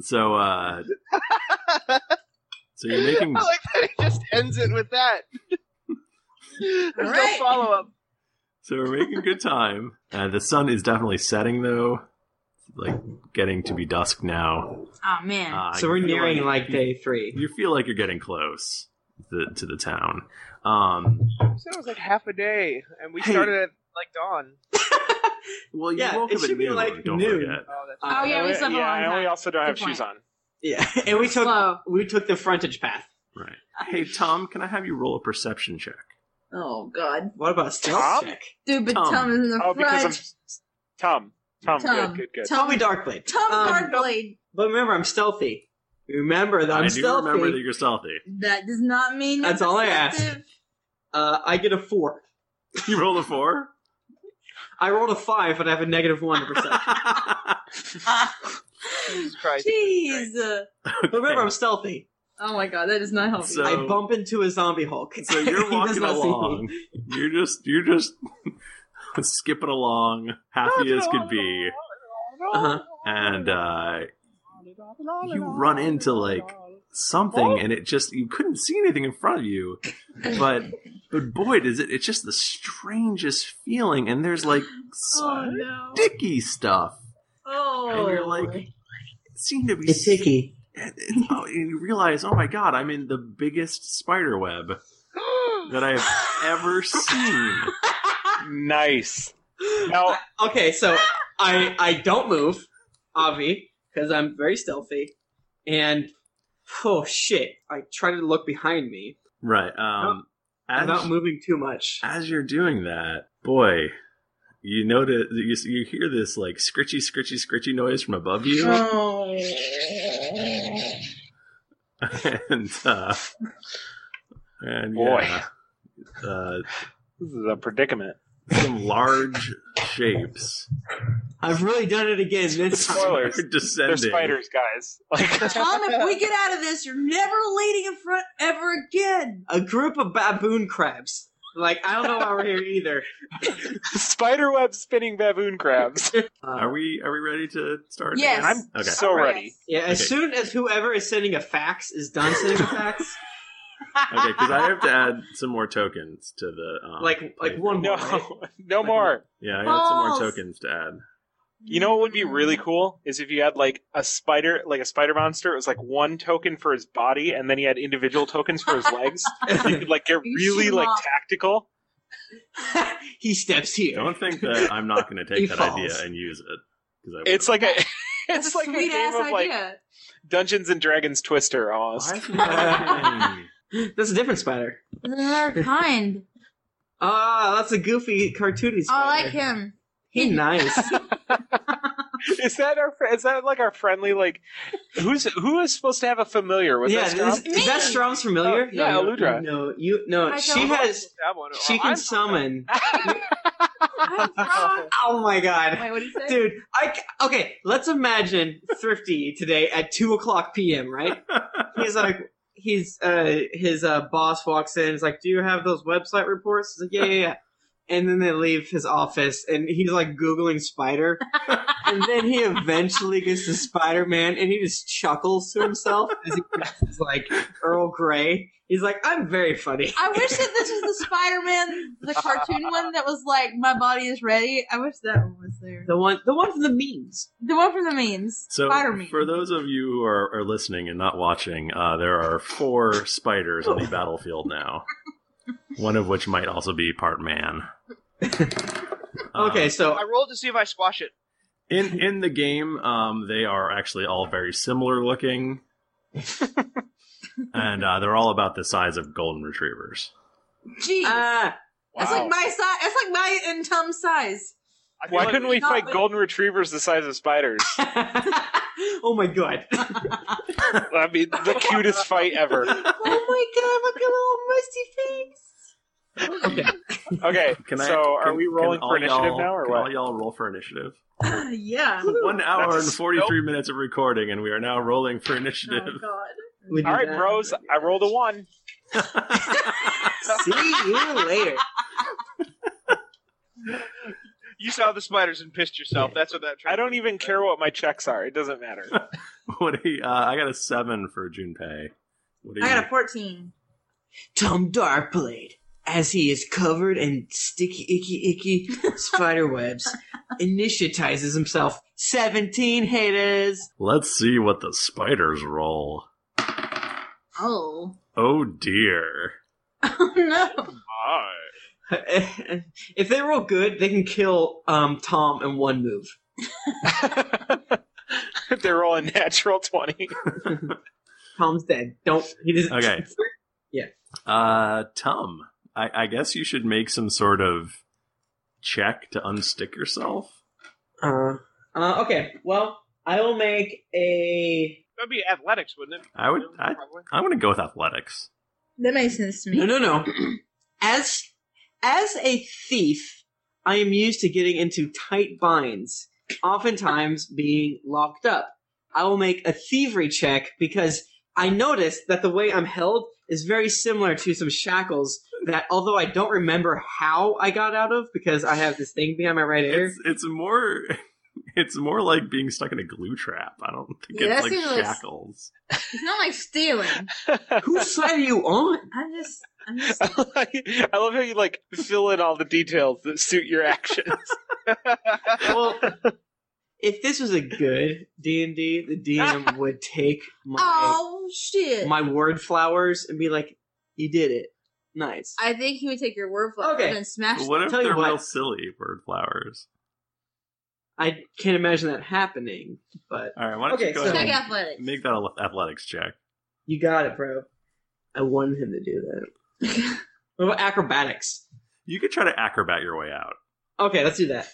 So uh, so you're making
I like that he just ends it with that. There's no follow up.
So we're making good time. Uh, the sun is definitely setting, though. It's, Like getting to be dusk now.
oh man.
Uh,
So we're
you feel
nearing, like, day
three. You feel like you're getting close to, to the town. Um,
So it was like half a day, and we started at like dawn.
well,
you
Yeah,
woke
it
up at
should be
noon,
like
don't
noon.
forget.
Oh, yeah, we slept a long
and
time.
we also don't have
Good point.
shoes on.
Yeah, and we took we took the frontage path.
right. Hey, Tom, can I have you roll a perception check?
Oh god.
What about a stealth
Tom?
check?
Dude, but
Tom.
Tom, is in the
Oh, because
front.
Tom.
Tom, good, Tom. good, good.
Tommy Darkblade.
Tom
Um,
Darkblade.
But remember, I'm stealthy. Remember that I'm
I do
stealthy.
remember that you're stealthy.
That does not mean
That's all I asked. Uh, I get a four.
You rolled a four?
I rolled a five, but I have a negative one to perception.
Jesus Christ.
Jeez.
But remember, I'm stealthy.
Oh my god, that is not helping.
So-
I bump into a zombie Hulk.
So you're
He does
walking
not see me.
along. You're just you're just skipping along, happy as could be.
Uh-huh.
And uh, you run into like something, and it just you couldn't see anything in front of you, but but boy, does it! It's just the strangest feeling, and there's like
Oh no.
sticky stuff,
Oh.
and you're like, it seemed to be
It's icky.
and, and- oh, and you realize, oh my god, I'm in the biggest spider web that I have ever seen.
Nice.
Now, okay, so I I don't move, Avi, because I'm very stealthy, and oh shit. I try to look behind me
Right. Um, as,
without moving too much.
as you're doing that, boy, you notice you, you hear this like scritchy, scritchy, scritchy noise from above
Oh.
you, and uh, and
Boy.
yeah, uh,
This is a predicament.
some large shapes
I've really done it again this time.
Spoilers.
are
They're
descending.
spiders, guys. Like
Tom, if we get out of this, you're never leading in front ever again.
A group of baboon crabs. Like I don't know why we're here either.
spider web spinning baboon crabs.
Uh,
Are we are we ready to start?
Yes.
I'm
Okay.
so
All right.
ready.
Yeah, as
Okay.
soon as whoever is sending a fax is done sending a fax,
Okay, because I have to add some more tokens to the um,
like like
playthrough.
one more.
No,
right?
no more.
Yeah, I got some more
Balls.
tokens to add.
You know what would be really cool is if you had like a spider, like a spider monster. It was like one token for his body, and then he had individual tokens for his legs. you could like get
You
really
shoot 'em
like
up.
tactical.
he steps here.
Don't think that I'm not going to
He
take that
falls.
idea and use it. 'cause I
It's like a,
That's
it's like
a
a
sweet ass
game of like
idea.
Dungeons and Dragons Twister almost.
wouldn't. Why is it happening?
That's a different spider.
Another kind.
Ah, that's a goofy, cartoony
Oh, I
spider.
like him.
He nice.
Is that our? fr- Is that like our friendly like? Who's who is supposed to have a familiar with
yeah,
this?
is,
Tom?
is that
Me.
Strom's familiar?
Oh, yeah,
no,
Eludra.
No, you no.
I
she
don't-
has.
That one.
She
Oh,
can
I'm-
summon.
I'm wrong.
oh my god,
Wait, what do you say?
dude! I c- okay. Let's imagine Thrifty today at two o'clock p.m. Right? He's like. He's uh his uh boss walks in. He's like, "Do you have those website reports?" He's like, "Yeah, yeah, yeah." And then they leave his office, and he's like googling spider. and then he eventually gets to Spider Man, and he just chuckles to himself as he is like Earl Grey. He's like, "I'm very funny."
I wish that this was the Spider-Man, the cartoon one that was like, "My body is ready." I wish that one was there.
The one, the one from the memes.
The one from the memes.
So,
Spider Man.
for those of you who are, are listening and not watching, uh, there are four spiders on the battlefield now. One of which might also be part man. Um, Uh,
Okay, so
Um, I rolled to see if I squash it.
in in the game, um, they are actually all very similar looking, and uh, they're all about the size of golden retrievers.
Jeez,
uh,
that's like my size. That's like my and Tom's size.
I feel
Why
like
couldn't we
not
fight
with-
golden retrievers the size of spiders?
oh my god! oh
That'd be the cutest fight ever.
my god! Look at little musty face. Okay,
Okay,
Can I?
so are
can-
we
can
rolling
all
for initiative
y'all-
now or
can
what?
All y'all roll for initiative.
yeah.
One hour
That's-
and 43 minutes of recording, and we are now rolling for
Oh
Oh,
initiative.
We do
All right,
that.
bros. I rolled a one.
See you later.
You saw the spiders and pissed yourself. That's what that.
I don't even care what my checks are. It doesn't matter.
what do you, uh, I got a seven for Junpei. What do you?
I got a fourteen.
Tom Darkblade, um, as he is covered in sticky, icky, icky spider webs, initiatizes himself. Seventeen haters.
Let's see what the spiders roll.
Oh.
Oh dear.
Oh no.
if they roll good, they can kill um, Tom in one move.
They're rolling natural twenty.
Tom's dead. Don't. He doesn't.
Okay. Uh, Tum, I, I guess you should make some sort of check to unstick yourself.
Uh, uh, okay. Well, I will make a.
That'd be athletics, wouldn't it?
I would. I,
Probably.
I'm going to go with athletics.
That makes sense to me.
No, no, no. as as a thief, I am used to getting into tight binds, oftentimes being locked up. I will make a thievery check because I noticed that the way I'm held is very similar to some shackles that, although I don't remember how I got out of because I have this thing behind my right ear.
It's it's more. It's more like being stuck in a glue trap. I don't think
Yeah, that
it's like
seems like-
shackles.
It's not like stealing.
Whose side are you on?
I'm just. I'm just.
I love how you like fill in all the details that suit your actions.
well, if this was a good D and D, the DM would take my
Oh shit.
my word flowers and be like, "You did it, nice."
I think he would take your word for
Okay.
it and smash.
What if
tell you
they're
what.
real silly bird flowers?
I can't imagine that happening, but
All right, why don't
Okay,
you go
so-
Check
ahead and
athletics.
make that a athletics check?
You got it, bro. I wanted him to do that. what about acrobatics?
You could try to acrobat your way out.
Okay, let's do that.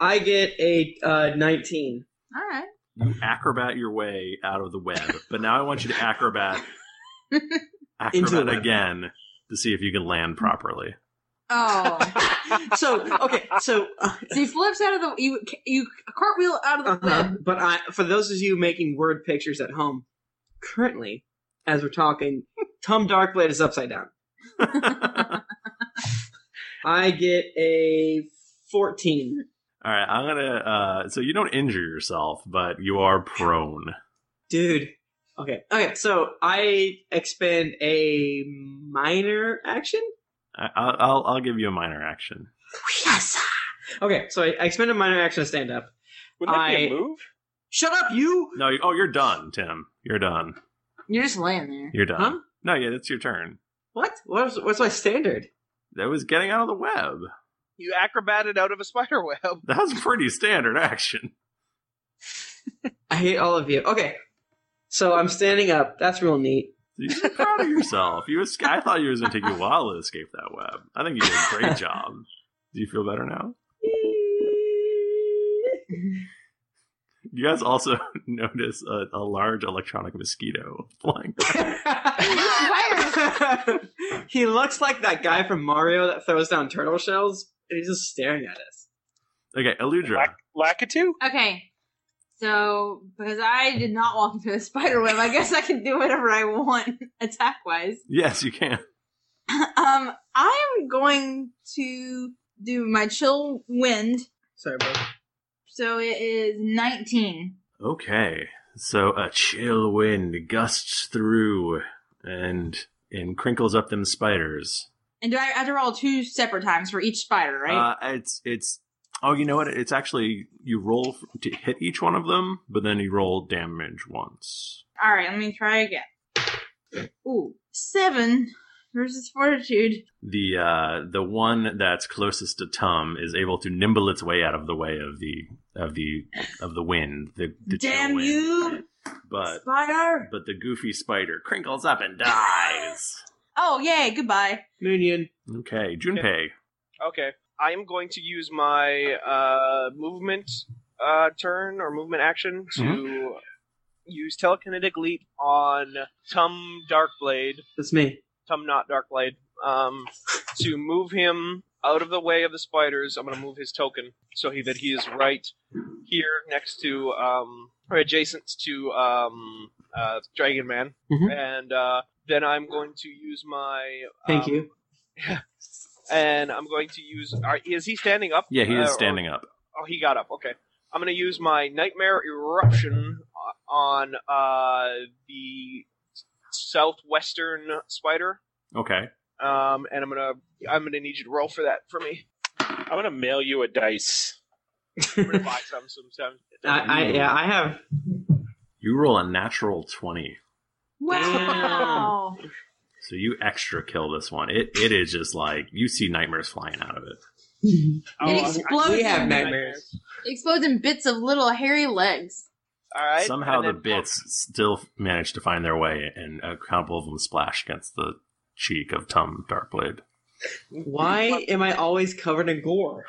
I get a uh, 19.
All right.
You acrobat your way out of the web, but now I want you to acrobat
Into the
acrobat
web.
again to see if you can land properly.
Oh.
so okay, so uh,
so he flips out of the you you cartwheel out of the
Uh-huh.
web.
But I, for those of you making word pictures at home, currently, as we're talking, Tom Darkblade is upside down. I get a 14.
All right, I'm gonna. Uh, so you don't injure yourself, but you are prone.
Dude. Okay. Okay, so I expend a minor action?
I, I'll, I'll I'll give you a minor action.
Yes! Okay, so I, I expend a minor action to stand up.
Wouldn't that be a
move? Shut up, you!
No, you, oh, you're done, Tim. You're done.
You're just laying there.
You're done.
Huh?
No, yeah, that's your turn.
What? What's, what's my standard?
That was getting out of the web.
You acrobated out of a spider web.
That was pretty standard action.
I hate all of you. Okay, so I'm standing up. That's real neat.
You should be proud of yourself. You was, I thought you was gonna take you a while to escape that web. I think you did a great job. Do you feel better now? You guys also notice a, a large electronic mosquito flying.
he looks like that guy from Mario that throws down turtle shells, and he's just staring at us.
Okay, Eludra.
Lakitu?
Okay. So because I did not walk into a spider web, I guess I can do whatever I want attack wise.
Yes, you can.
Um, I am going to do my chill wind.
Sorry, bro.
So it is nineteen.
Okay, so a chill wind gusts through and and crinkles up them spiders.
And do I have to roll two separate times for each spider, right?
Uh, it's it's oh, you know what? It's actually you roll f- to hit each one of them, but then you roll damage once.
All right, let me try again. Ooh, seven versus fortitude.
The uh, the one that's closest to Tum is able to nimble its way out of the way of the of the of the wind. The, the chill
Damn
wind.
you,
But
spider!
but the goofy spider crinkles up and dies.
Oh yay, goodbye.
Moonion.
Okay, Junpei.
Okay. I am going to use my uh, movement uh, turn or movement action to
Mhm.
use telekinetic leap on Tum Darkblade.
That's me.
Tum not Darkblade. Um, to move him out of the way of the spiders. I'm going to move his token so he, that he is right here next to um, or adjacent to um, uh, Dragon Man.
Mhm.
And uh, then I'm going to use my
Thank
um,
you.
and I'm going to use. Are, is he standing up?
Yeah, he
Uh,
is
or-
standing up.
oh, he got up. Okay. I'm going to use my nightmare eruption o- on uh, the southwestern spider,
Okay.
um, and I'm gonna I'm gonna need you to roll for that for me.
I'm gonna mail you a dice.
I'm gonna buy some sometime.
I,
Uh,
I yeah, I have.
You roll a natural 20.
Wow.
So you extra kill this one. It it is just like you see nightmares flying out of it.
Oh,
it explodes.
We have
in-
nightmares.
it explodes in bits of little hairy legs.
All right.
Somehow
and
the
then-
bits still manage to find their way, and a couple of them splash against the cheek of Tom Darkblade.
Um,
Why am I always covered in gore?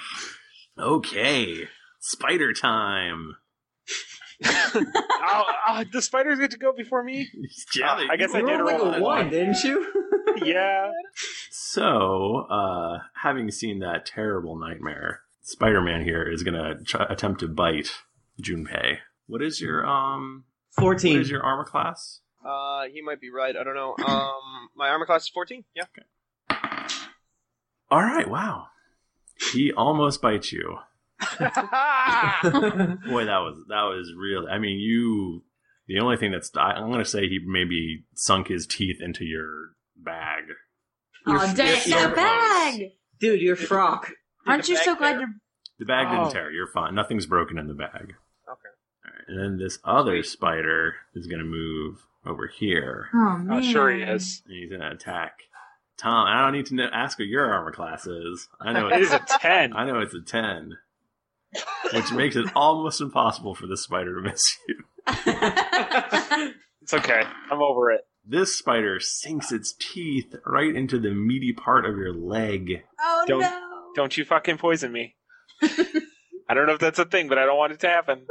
Okay, spider time.
oh, oh, the spiders get to go before me.
Yeah,
I guess I
You
did
rolled like
roll
a one, didn't you?
Yeah.
So, uh, having seen that terrible nightmare, Spider Man here is going to try attempt to bite Junpei. What is your um? What
Fourteen.
is your armor class?
Uh, he might be right. I don't know. Um, my armor class is 14. Yeah.
All right, wow. He almost bites you. Boy, that was that was real. I mean, you. The only thing that's I, I'm going to say he maybe sunk his teeth into your bag.
Oh,
Your-
dang
your-
that bag!
Dude, your frock.
Aren't you
bag
so glad
tear?
you're
The bag
Oh.
didn't tear. You're fine. Nothing's broken in the bag.
Okay.
All right, and then this other spider is going to move over here.
Oh man.
Oh, sure he is.
And he's gonna attack Tom. I don't need to know, ask what your armor class is. I know
It is
it's
a ten.
I know it's a ten, which makes it almost impossible for this spider to miss you.
It's okay. I'm over it.
This spider sinks its teeth right into the meaty part of your leg.
Oh
Don't- Don't you fucking poison me. I don't know if that's a thing, but I don't want it to happen.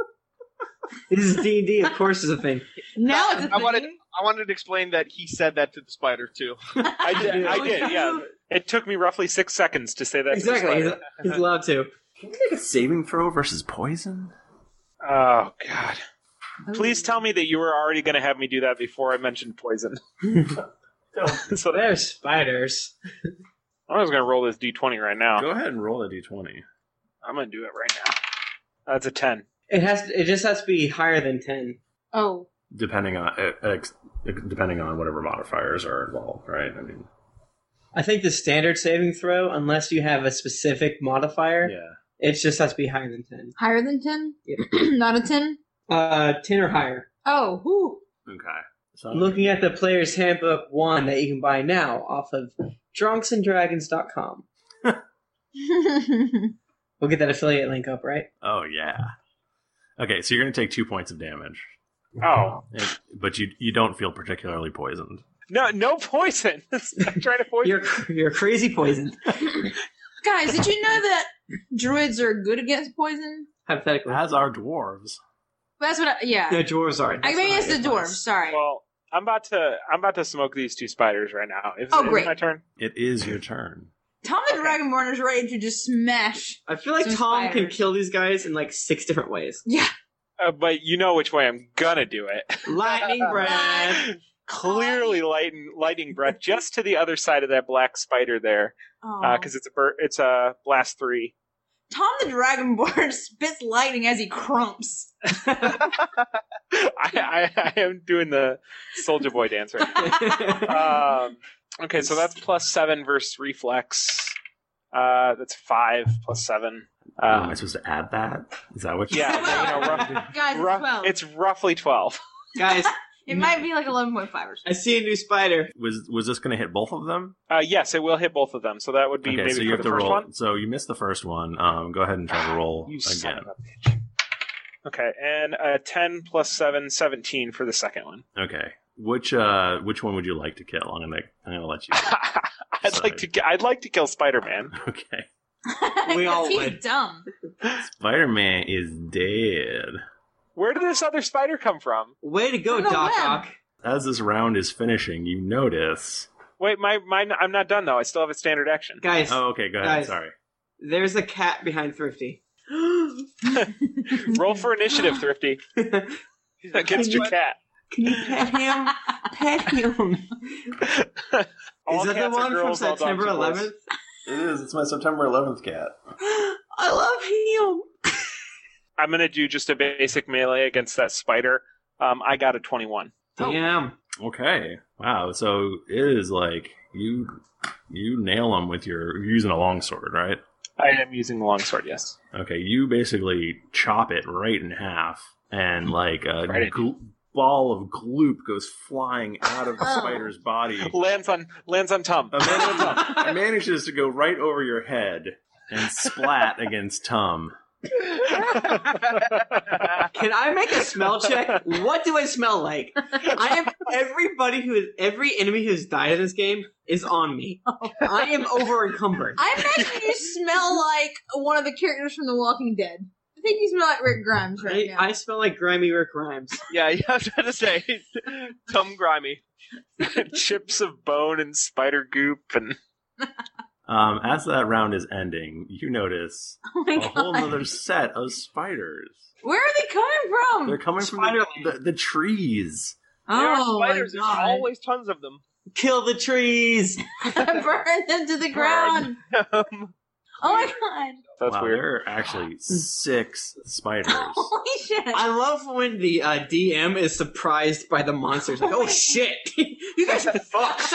This is D and D. Of course, is a thing.
Now
I, wanted I wanted to explain that he said that to the spider too.
I did. I did. Yeah. It took me roughly six seconds to say that.
Exactly. He's,
To the
he's
spider.
allowed to.
Can you make a saving throw versus poison?
oh God! Please tell me that you were already going to have me do that before I mentioned poison.
So they're spiders.
I'm just going to roll this d20 right now.
Go ahead and roll a d20.
I'm going to do it right now. That's a ten.
It has. It just has to be higher than ten.
Oh.
Depending on eh, ex- depending on whatever modifiers are involved, right? I mean,
I think the standard saving throw, unless you have a specific modifier, it just has to be higher than ten.
Higher than 10? Not a 10?
Uh, ten or higher.
Oh, whoo.
Okay. So
Looking at the player's handbook one that you can buy now off of drunksanddragons.com. We'll get that affiliate link up, right?
Oh yeah. Okay, so you're going to take two points of damage,
Oh
It- but you you don't feel particularly poisoned.
no! No poison. I'm trying to poison.
You're you're crazy poisoned.
Guys, did you know that druids are good against poison?
Hypothetically,
as are dwarves.
That's what I, yeah.
No, dwarves aren't.
I mean, it's the dwarf.
dwarves.
Sorry.
Well, I'm about to. I'm about to smoke these two spiders right now. Is,
Oh,
is it
great.
My turn.
It is your turn.
Tom the Dragonborn is ready to just smash.
I feel like
Some
Tom can
spiders.
kill these guys in like six different ways.
Yeah.
Uh, but you know which way I'm gonna do it.
Lightning breath.
Clearly, lightning, lightning breath just to the other side of that black spider there,
Aw.
because it's a bur- it's a blast three.
Tom the Dragonborn spits lightning as he crumps.
I, I, I am doing the Soldier Boy dance right now. um, okay, so that's plus seven versus reflex. Uh, that's five plus seven.
Oh, am
Uh,
I supposed to add that? Is that what? you-
yeah, you know, rough,
Guys,
rough-
it's 12.
it's roughly twelve.
guys,
it might be like 11.5 or something.
I see a new spider.
Was was this going to hit both of them?
Uh, yes, it will hit both of them. So that would be
Okay,
maybe
so
for
you have
the
to
first
roll.
one.
So you missed the first one. Um, go ahead and try to roll
You son
again.
of a bitch. Okay, and uh, 10 plus 7, 17 for the second one.
Okay. Which uh, which one would you like to kill? I'm gonna I'm gonna let you.
I'd
Sorry.
like to ki- I'd like to kill Spider-Man.
okay.
We all
he's
would.
dumb.
Spider Man is dead.
Where did this other spider come from?
Way to go,
No,
Doc
when?
Ock.
As this round is finishing, you notice.
Wait, my mine I'm not done though. I still have a standard action.
Guys,
Oh, okay. Go ahead.
Guys.
Sorry.
there's a cat behind Thrifty.
Roll for initiative, Thrifty.
Can
Against your cat.
you pet him? pet him.
All
Is that the
cats are
one from
girls, all dogs are
September
boys.
11th?
It is. It's my September 11th cat.
I love him.
I'm going to do just a basic melee against that spider. Um, I got a 21.
Damn.
Oh. Okay. Wow. So it is like you you nail him with your you're using a longsword, right?
I am using the longsword, yes.
Okay. You basically chop it right in half, and like a
Right in-
gl- ball of gloop goes flying out of the spider's body.
Lands on lands on Tom.
It man- it manages to go right over your head and splat against Tom.
Can I make a smell check? What do I smell like? I am everybody who is every enemy who's died in this game is on me. I am over encumbered.
I imagine you smell like one of the characters from The Walking Dead. I think you smell like Rick Grimes right
I,
now.
I smell like grimy Rick Grimes.
yeah, yeah, I was about to say Tom Grimy.
Chips of bone and spider goop and
Um, as that round is ending, you notice
oh my
a
god.
whole other set of spiders.
Where are they coming
They're
from?
coming from the, the, the trees.
There are
Oh my
spiders. There's
god.
always tons of them.
Kill the trees.
Burn them to the ground. Oh my god.
that's
wow,
weird.
there are actually six spiders.
Holy shit.
I love when the uh, DM is surprised by the monsters. Like, oh shit, you guys are fucked.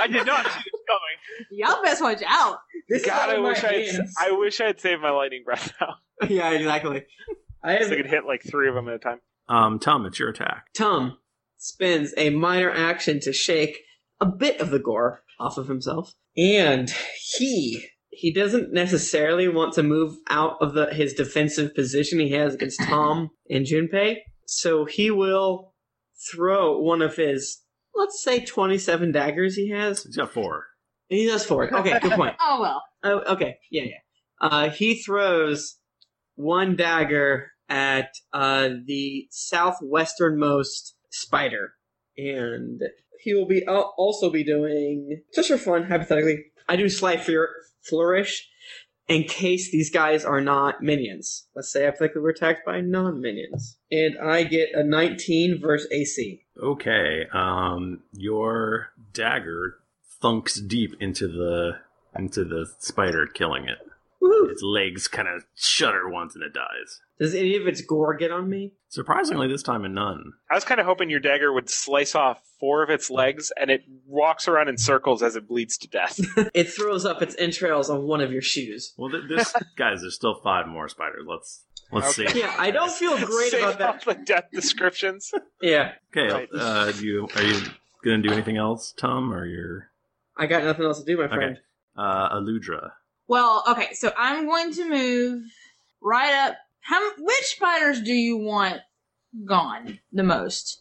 I did not see this coming.
Y'all best watch out.
This is out
God, I
of my
wish I
hands.
I wish I had saved my lightning breath now.
yeah, exactly. I have
So I could hit like three of them at a time.
Um, Tom, it's your attack.
Tom spends a minor action to shake a bit of the gore off of himself, and he he doesn't necessarily want to move out of the his defensive position he has against Tom and Junpei, so he will throw one of his, let's say, 27 daggers he has.
He's got four.
He does four. Okay, good point.
oh well.
Oh, okay. Yeah, yeah. Uh, he throws one dagger at uh, the southwesternmost spider, and he will be I'll also be doing just for fun, hypothetically. I do slight fear, flourish in case these guys are not minions. Let's say hypothetically we're attacked by non-minions, and I get a 19 versus AC.
Okay, um, your dagger thunks deep into the into the spider, killing it. Its legs kind of shudder once, and it dies.
Does any of its gore get on me?
Surprisingly, this time, a none.
I was kind of hoping your dagger would slice off four of its legs, and it walks around in circles as it bleeds to death.
It throws up its entrails on one of your shoes.
Well, th- this guys, there's still five more spiders. Let's let's see.
Yeah, I don't feel great
Save
about that.
All the death descriptions.
Yeah.
Okay,
Right.
uh, do you are you gonna do anything else, Tom, or you're
I got nothing else to do, my friend.
okay? Uh, Aludra.
Well, okay, so I'm going to move right up. How which spiders do you want gone the most?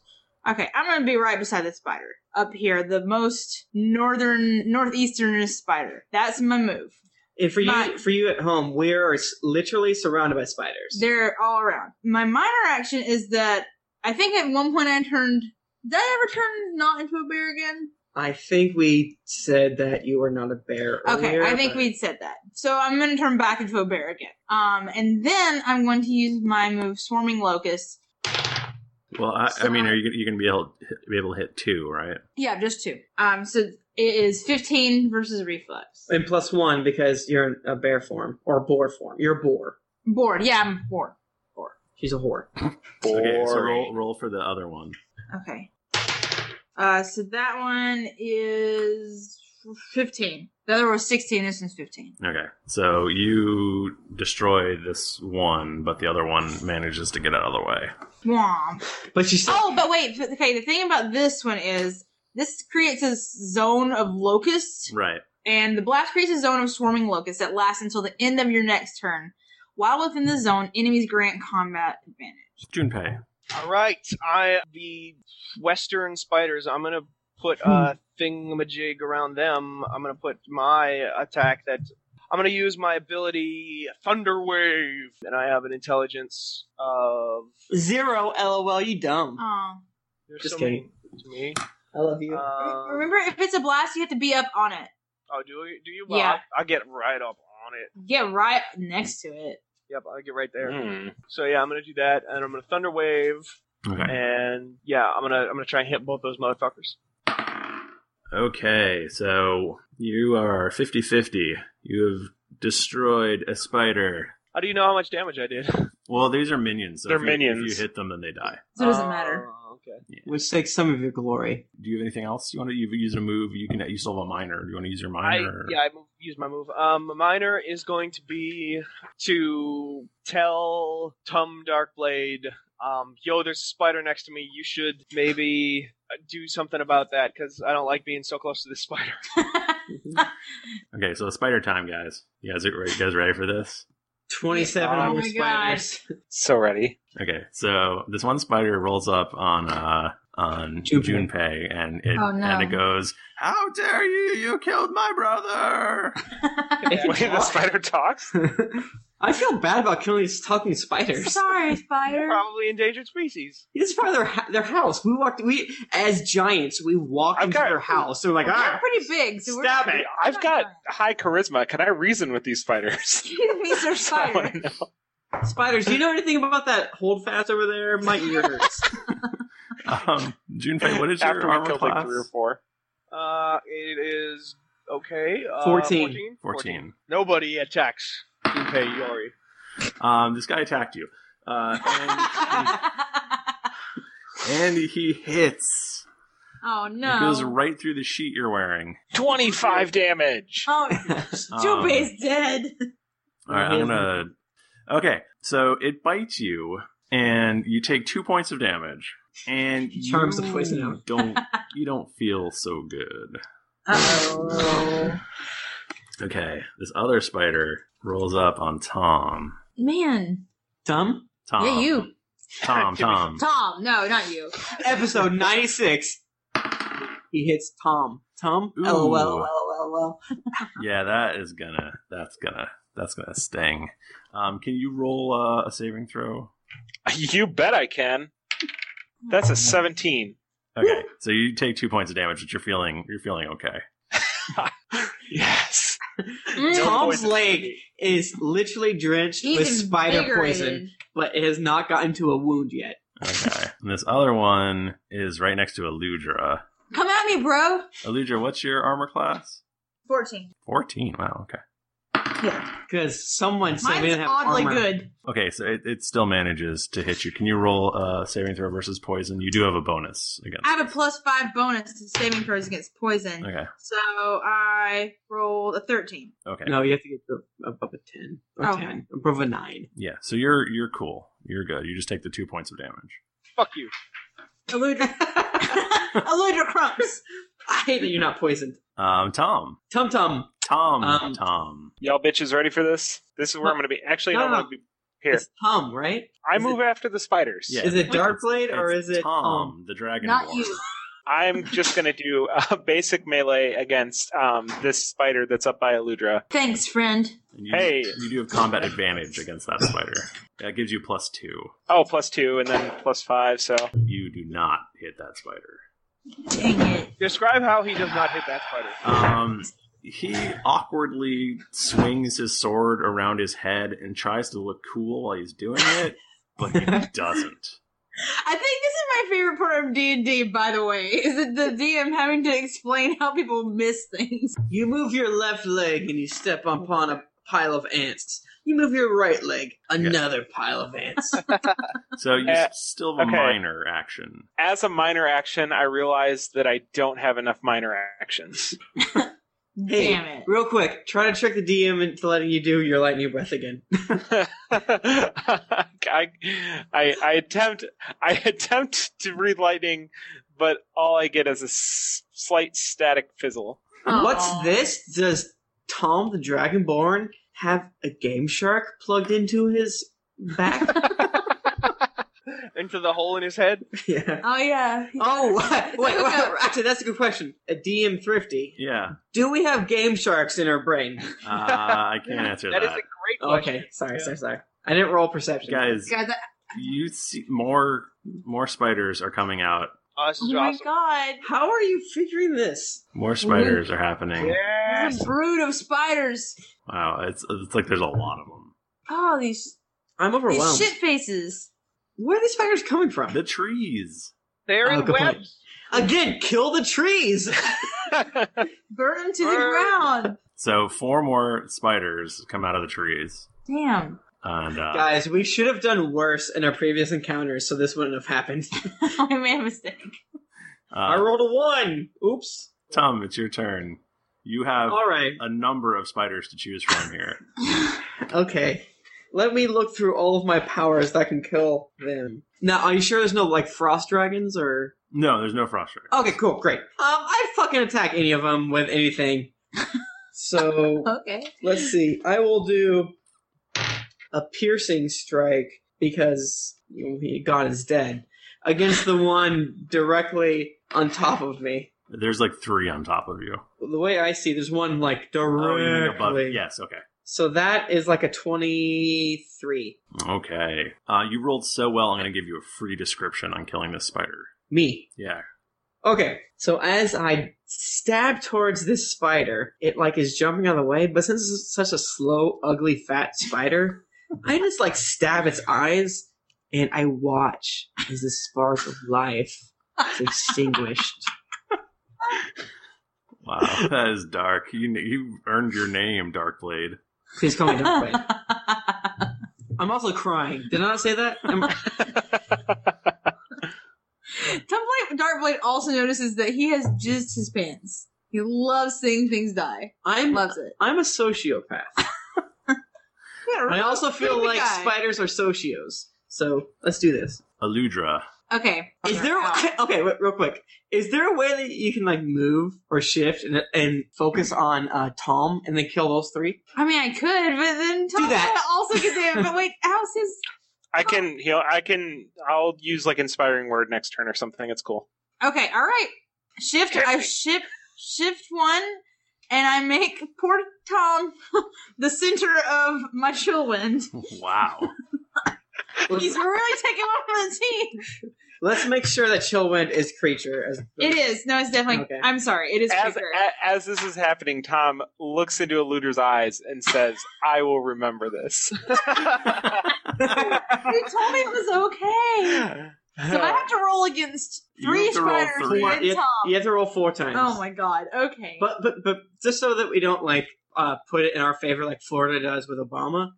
Okay, I'm going to be right beside the spider up here, the most northern northeasternest spider. That's my move.
And for you,
My-
for you at home, we are s- literally surrounded by spiders.
They're all around. My minor action is that I think at one point I turned. Did I ever turn not into a bear again?
I think we said that you are not a bear.
Okay,
earlier,
I think
but-
we'd said that. So I'm going to turn back into a bear again. Um, and then I'm going to use my move, Swarming Locust.
Well, I, I mean, are you you're gonna be able be able to hit two, right?
Yeah, just two. Um, so it is 15 versus reflex.
and plus one because you're in a bear form or a boar form. You're a boar.
Bored. Yeah, I'm bored.
She's a whore.
Okay, so roll roll for the other one.
Okay. Uh, so that one is 15. The other was 16. This one's 15.
Okay, so you destroy this one, but the other one manages to get out of the way.
Womp.
But you
Oh, but wait. f- Okay, the thing about this one is this creates a s- zone of locusts,
Right.
and the blast creates a zone of swarming locusts that lasts until the end of your next turn. While within the zone, enemies grant combat advantage.
Junpei.
All right, I the Western spiders. I'm gonna put a
Hmm.
thingamajig around them. I'm gonna put my attack that I'm gonna use my ability Thunder Wave, and I have an intelligence of
Zero. LOL, you dumb.
Oh.
There's
Just
so many
kidding.
to me.
I love you.
Um,
Remember, if it's a blast, you have to be up on it.
oh, do you, do you? Well,
Yeah.
I, I get right up on it.
Get right next to it.
Yep, I get right there.
Hmm.
So yeah, I'm gonna do that, and I'm gonna Thunder Wave, and yeah, I'm gonna I'm gonna try and hit both those motherfuckers.
Okay, so you are 50 50. You have destroyed a spider.
How do you know how much damage I did?
Well, these are minions. So
They're
if you,
minions.
If you hit them, then they die.
So it doesn't matter.
Oh, Okay.
Which takes some of your glory.
Do you have anything else you want to? You've used a move. You can. You still have a minor. Do you want to use your
I,
minor?
yeah, I move- use my move. Um, minor is going to be to tell Tum Darkblade, um, yo, there's a spider next to me. You should maybe uh, do something about that because I don't like being so close to this spider.
Okay, so spider time, guys. You guys, are, you guys ready for this?
27
Oh
more
my
spiders.
so ready.
Okay, so this one spider rolls up on uh on Junpei, and it
Oh, no.
and it goes. How dare you? You killed my brother.
Wait, the spider talks?
I feel bad about killing these talking spiders.
Sorry, spider.
Probably endangered species.
This is part of their ha- their house. We walked. We as giants, we walked into their house. They're like,
They're
ah,
pretty big, so we're
Stop
not-
it. I've got high charisma. Can I reason with these spiders?
These are spiders.
spiders. Do you know anything about that holdfast over there? My ear hurts.
Um, Junpei, what is your
After we
armor
killed
class?
like three or four.
Uh, it is okay. Uh,
14.
14.
14.
Nobody attacks Junpei Yori.
Um, this guy attacked you. Uh, and, and he hits.
Oh
It goes
no.
right through the sheet you're wearing.
25 damage.
Oh,
Um,
Jubei's dead.
all right, I'm gonna. Okay, so it bites you, and you take two points of damage, and
Charms
you
the poison out.
Don't you don't feel so good.
Oh
Okay, this other spider rolls up on Tom.
man.
Tom.
Tom.
Yeah, you.
Tom, Tom.
Tom, no, not you.
Episode 96. He hits Tom. Tom?
Ooh.
LOL, LOL, LOL.
Yeah, that is gonna. That's gonna. That's gonna sting. Um, can you roll uh, a saving throw?
You bet I can.
Oh,
That's a seventeen.
Okay, so you take two points of damage, but you're feeling you're feeling okay.
yes.
Tom's leg is literally drenched
Mm. He's
with spider
invigorated.
poison, but it has not gotten to a wound yet.
Okay, and this other one is right next to Eludra.
Come at me, bro.
Eludra, what's your armor class?
14.
Fourteen. Wow. Okay.
Because someone said
Mine's
we didn't have
oddly
armor.
good.
Okay, so it, it still manages to hit you. Can you roll a saving throw versus poison? You do have a bonus against.
I have a plus five bonus to saving throws against poison.
Okay.
So I rolled a 13.
Okay.
No, you have to get to above a 10 or
Okay.
10, above a 9.
Yeah. So you're you're cool. You're good. You just take the two points of damage.
Fuck you.
Eludra. Eludra crumbs.
I hate that you're not poisoned.
Um, Tom.
Tum Tum.
Tom.
Um,
Tom.
Y'all bitches ready for this? This is where I'm going to be. Actually,
No,
no, I'm
no.
going to be here.
It's Tom, right?
I
is
move after the spiders.
Yeah.
Is it Darkblade
It's
or is it
Tom,
Tom?
the dragon?
Not
lord.
you.
I'm just going to do a basic melee against um, this spider that's up by Eludra.
Thanks, friend.
And you,
Hey.
you do have combat advantage against that spider. That gives you plus two.
Oh, plus two, and then plus five. So
You do not hit that spider.
Dang it.
describe how he does not hit that spider.
Um, he awkwardly swings his sword around his head and tries to look cool while he's doing it, but he doesn't.
I think this is my favorite part of D&D, by the way, is that the DM having to explain how people miss things.
You move your left leg and you step upon a pile of ants. You move your right leg, another pile of ants.
So you
Uh,
s- still have a
okay.
minor action.
As a minor action, I realize that I don't have enough minor actions.
Hey,
Damn it.
real quick, try to trick the DM into letting you do your lightning breath again.
I, I I attempt I attempt to read lightning, but all I get is a s- slight static fizzle.
What's this? Does Tom the Dragonborn have a game shark plugged into his back?
Into the hole in his head.
yeah.
Oh, yeah.
Oh, wait, wait, wait, actually, that's a good question. A DM thrifty.
Yeah,
Do we have game sharks in our brain?
uh, I can't answer that.
That is a great question.
Okay, sorry, sorry, sorry. I didn't roll perception.
Guys,
God, that-
you see more more spiders are coming out.
Oh, this
oh
is
my
awesome.
god.
How are you figuring this?
More spiders are happening.
There's a brood of spiders.
Wow, it's it's like there's a lot of them.
Oh, these,
I'm
these
overwhelmed.
shit faces.
Where are these spiders coming from?
The trees.
They're
Oh,
in
good point.
webs.
Again, kill the trees.
Burn them to the
Burn.
ground.
So four more spiders come out of the trees,
Damn.
and uh,
Guys, we should have done worse in our previous encounters, so this wouldn't have happened.
I made a mistake.
I
uh,
rolled a one. Oops.
Tom, Um, it's your turn. You have
All right.
a number of spiders to choose from here.
Okay. Let me look through all of my powers that can kill them. Now, are you sure there's no like frost dragons or?
No, there's no frost dragon.
Okay, cool, great. Um, I fucking attack any of them with anything. So
Okay.
let's see. I will do a piercing strike because you know, he- God is dead against the one directly on top of me.
There's like three on top of you.
The way I see, there's one like
Oh,
directly.
you mean above? Yes. Okay.
So that is like a twenty-three.
Okay. Uh, you rolled so well. I'm going to give you a free description on killing this spider.
Me.
Yeah.
Okay, so as I stab towards this spider, it like is jumping out of the way, but since it's such a slow, ugly, fat spider, I just like stab its eyes and I watch as the spark of life is extinguished.
Wow. that is dark. You you earned your name, Darkblade.
Please call me Darkblade. I'm also crying. Did I not say that? I'm,
Tumblade Darkblade also notices that he has jizzed his pants. He loves seeing things die.
I'm
Loves it.
I'm a sociopath.
Yeah,
I
right.
also feel
Creepy
like
guy.
spiders are socios. So let's do this.
Aludra.
Okay.
Is
Okay,
there
out.
okay, okay? wait, Real quick, is there a way that you can like move or shift and, and focus on uh, Tom and then kill those three?
I mean, I could, but then Tom
that.
also gets in. But wait, how's his?
I can heal. I can. I'll use like inspiring word next turn or something. It's cool.
Okay, all right. Shift. I shift shift one, and I make poor Tom the center of my chill wind.
Wow.
He's really taking off the team.
Let's make sure that Chillwind is creature. As
It is. No, it's definitely.
Okay.
I'm sorry. It is
As,
creature.
a- as this is happening, Tom looks into Eluder's eyes and says, "I will remember this."
you told me it was okay. So I have to roll against
You
three
have to roll
spiders
three.
and
You-
Tom.
you have to roll four times.
Oh my god. Okay.
But but but just so that we don't like uh, put it in our favor like Florida does with Obama,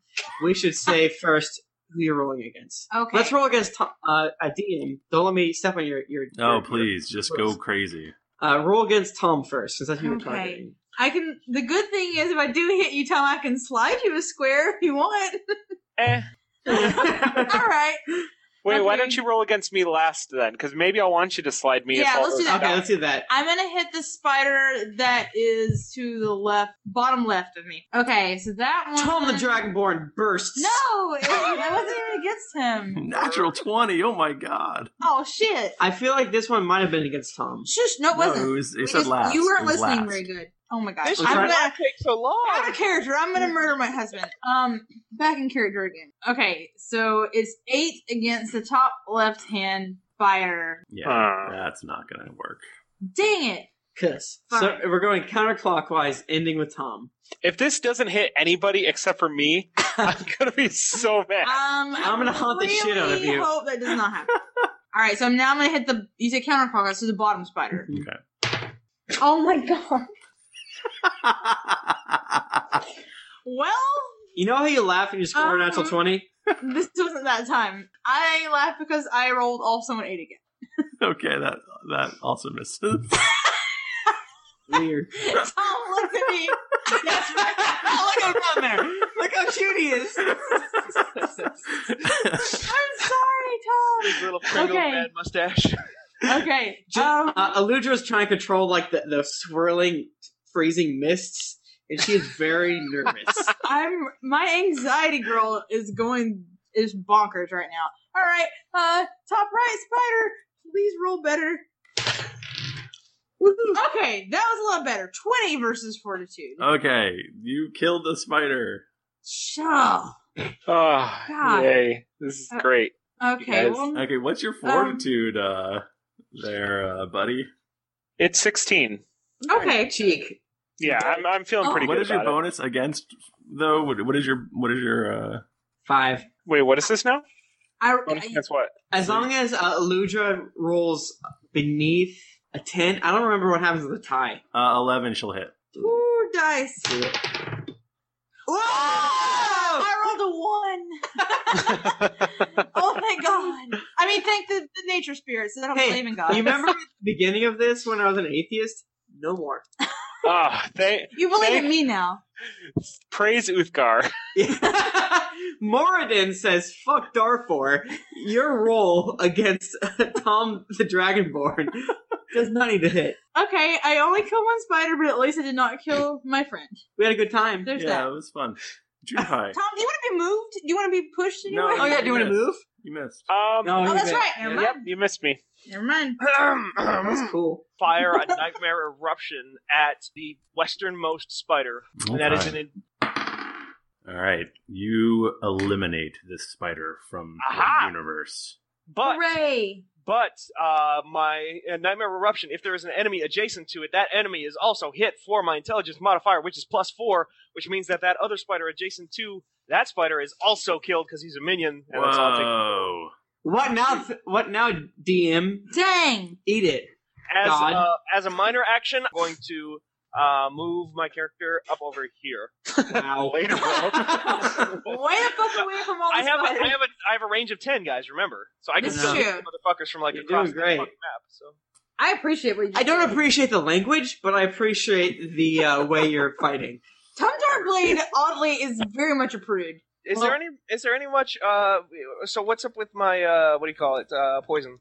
we should say first who you're rolling against.
Okay.
Let's roll against Tom, uh, a DM. Don't let me step on your your.
Oh,
your-
please, just go crazy.
Uh, roll against Tom first, since that's who you're
okay.
targeting.
I can. The good thing is, if I do hit you, Tom, I can slide you a square if you want.
Eh.
All right.
Wait, why don't you roll against me last then? Because maybe I'll want you to slide me.
Yeah,
if
let's do that. Okay, let's
do that.
I'm gonna hit the spider that is to the left, bottom left of me. Okay, so that one.
Tom the Dragonborn bursts.
Uh, No, it, that wasn't even against him.
Natural twenty. Oh my god.
Oh shit!
I feel like this one might have been against Tom.
Shush! No, it
No,
wasn't.
it was- it
We
said
just-
last.
You
It
weren't
was
listening
last.
very good. Oh my gosh!
This
I'm
is
gonna
why
take so long. Out of character. I'm gonna murder my husband. Um, back in character again. Okay, so it's eight against the top left hand spider.
Yeah, that's not gonna work.
Dang it!
Cause so we're going counterclockwise, ending with Tom.
If this doesn't hit anybody except for me, I'm gonna be so mad.
Um,
I'm gonna haunt the shit out of
really
you.
hope that does not happen. All right, so now I'm gonna hit the. You said counterclockwise, so the bottom spider.
Okay.
Oh my god. well,
You know how you laugh and you score a natural
Um,
twenty?
this wasn't that time. I laugh because I rolled also an eight again.
Okay, that that also misses.
Weird.
Tom, look at me. That's right. Oh, look how there. Look how cute he is. I'm sorry,
Little
Tom.
Pringle bad mustache.
Okay.
Um, uh, Aludra is trying to control like the, the swirling, freezing mists, and she is very nervous.
I'm my anxiety girl is going is bonkers right now. All right, uh, top right spider, please roll better. Woohoo. Okay, that was a lot better. Twenty versus fortitude.
okay, you killed the spider.
Shaw.
Oh,
God.
yay! This is
Uh,
great.
Okay,
Yes.
well, um,
Okay, what's your fortitude, uh, there, uh, buddy?
It's sixteen.
okay,
cheek.
Yeah, I'm, I'm feeling
Oh.
pretty
What
good.
is your
about it.
bonus against though? What, what is your what is your uh
five?
Wait, what is this now?
I,
Bonus against what?
As long as uh, Aludra rolls beneath a ten, I don't remember what happens with a tie.
Uh, Eleven, she'll hit.
Ooh, dice.
Do it.
Whoa! I rolled a one. oh my god! I mean, thank the, the nature spirits. I don't believe in God.
You remember at the beginning of this when I was an atheist? No more.
Ah, thank
You believe
thank,
in me now.
Praise Uthgar.
Moradin says, "Fuck Darfor. Your roll against Tom the Dragonborn does not need to hit.
Okay, I only killed one spider, but at least I did not kill my friend.
We had a good time.
There's
yeah,
that.
it was fun. Junior high.
Tom, do you want to be moved? Do you Oh, want to be pushed
No,
anywhere?
you- missed. You missed.
Um,
No,
Oh, that's right. Never
Yep,
mind.
you missed me.
Never mind.
That's cool.
Fire a nightmare eruption at the westernmost spider. And that is
Okay.
an.
All right, you eliminate this spider from the
Aha!
universe.
But
Hooray!
But uh, my uh, nightmare eruption, if there is an enemy adjacent to it, that enemy is also hit for my intelligence modifier, which is plus four, which means that that other spider adjacent to that spider is also killed because he's a minion. And that's all taken.
Whoa!
What now? What now? DM,
Dang!
eat it.
As
God.
uh, as a minor action, I'm going to uh, move my character up over here.
Wow.
Later, bro.
Way the fuck away from all the
I have a,
spiders.
I have a I have a range of ten guys. Remember, so I can
That's
still hit
true.
motherfuckers from like
You're
across
doing
the
great.
fucking map. So
I appreciate what you.
I don't
did.
appreciate the language, but I appreciate the uh, way you're fighting.
Tom Darkblade oddly is very much a prude.
is
Well-
there any is there any much? Uh, so what's up with my uh, what do you call it? Uh, poison.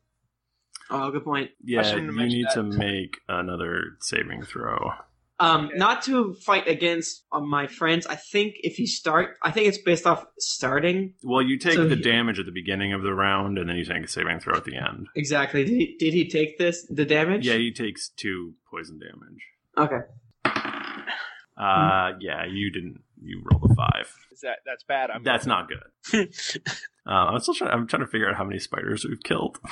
Oh, good point.
Yeah,
shouldn't
you
have mentioned
need
that.
to make another saving throw.
Um, Not to fight against uh, my friends. I think if you start, I think it's based off starting.
Well, you take
So
the
he-
damage at the beginning of the round, and then you take a saving throw at the end.
Exactly. Did he, did he take this the damage?
Yeah, he takes two poison damage.
Okay. Mm-hmm.
Uh, yeah, you didn't. You rolled a five.
Is that that's bad? I'm
That's not good. uh, I'm still trying. I'm trying to figure out how many spiders we've killed.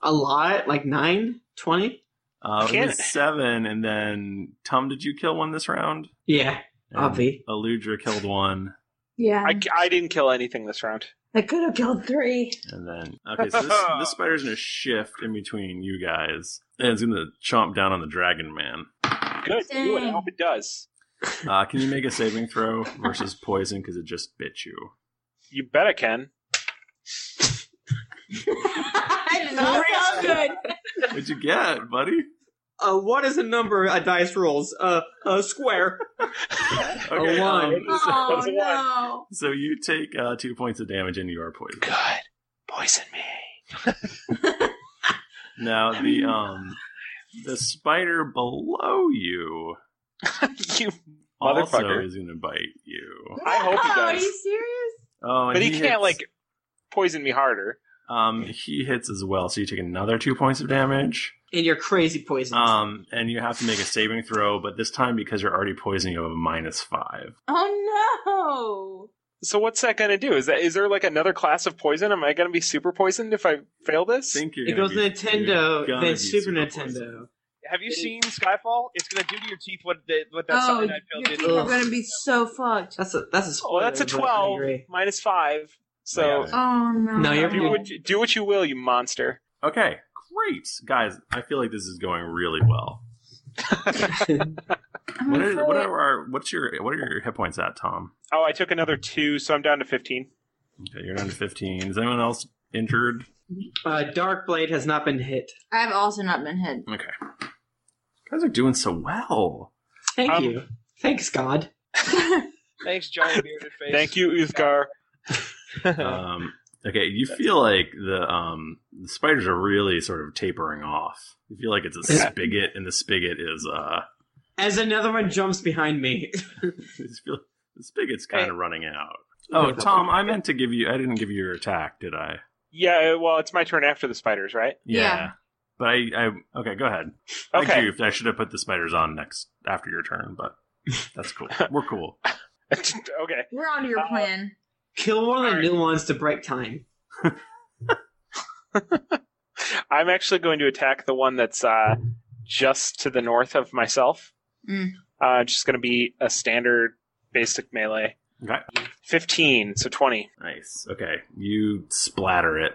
A lot, like nine, twenty.
Uh, it
Can't-
was seven, and then Tom, did you kill one this round?
Yeah,
Avi. Aludra killed one,
Yeah.
I, I didn't kill anything this round.
I could have killed three.
and then okay, so this, this spider's gonna shift in between you guys, and it's gonna chomp down on the dragon man.
Good. Do it. I
Dang.
hope it does.
Uh, can you make a saving throw versus poison because it just bit you?
You bet I can.
I did not sound good.
What'd you get, buddy?
Uh, what is the number a dice rolls? Uh, a square.
Okay,
a one.
um,
Oh no.
So you take uh, two points of damage and you are poisoned.
Good. Poison me.
Now the um the spider below you
you
also
motherfucker.
is gonna bite you.
I hope he
Oh, are
does.
you serious?
Oh, and
but he, can't
hits-
like poison me harder.
um he hits as well, so you take another two points of damage.
And you're crazy poisoned.
Um and you have to make a saving throw, but this time because you're already poisoned, you have a minus five.
Oh
So what's that going to do? Is that is there like another class of poison? Am I going to be super poisoned if I fail this?
I think you're
it
gonna
goes
be- you're
Nintendo,
gonna
then
be
Super
poisoned.
Nintendo.
Have you seen Skyfall? It's going to do to your teeth what the, what
no.
that
oh,
cyanide
your
pill did.
teeth
to
are
them.
gonna be so fucked.
That's a that's a
Well,
spoiler,
Oh, that's a
but I
twelve
agree.
minus five. So
Yeah.
Oh no.
No, you're-
do what do what you will, you monster.
Um, Okay, great. Guys, I feel like this is going really well.
I'm
What, is,
afraid-
what are our, what's your what are your hit points at, Tom?
Oh, I took another two, so I'm down to fifteen.
Okay, you're down to 15. Is anyone else injured?
Uh, Dark Blade has not been hit.
I've also not been hit.
Okay. You guys are doing so well.
Thank
Um,
you. Thanks, God.
Thanks, giant bearded face.
Thank you, Uthgar.
Um, okay, you feel like the um the spiders are really sort of tapering off. You feel like it's a
Yeah.
spigot, and the spigot is uh,
As another one jumps behind me.
you just feel- the spigot's kind
Hey.
of running out. Oh, Tom, I meant to give you. I didn't give you your attack, did I?
Yeah, well, it's my turn after the spiders, right?
Yeah.
But I, I okay, go ahead.
Okay.
I, do- I should have put the spiders on next after your turn, but that's cool. We're cool.
okay.
We're onto your
Uh,
plan.
Kill one of the new ones to break time.
I'm actually going to attack the one that's uh, just to the north of myself.
Mm.
Uh, just going to be a standard basic melee.
Okay.
15, so 20.
Nice. Okay, you splatter it.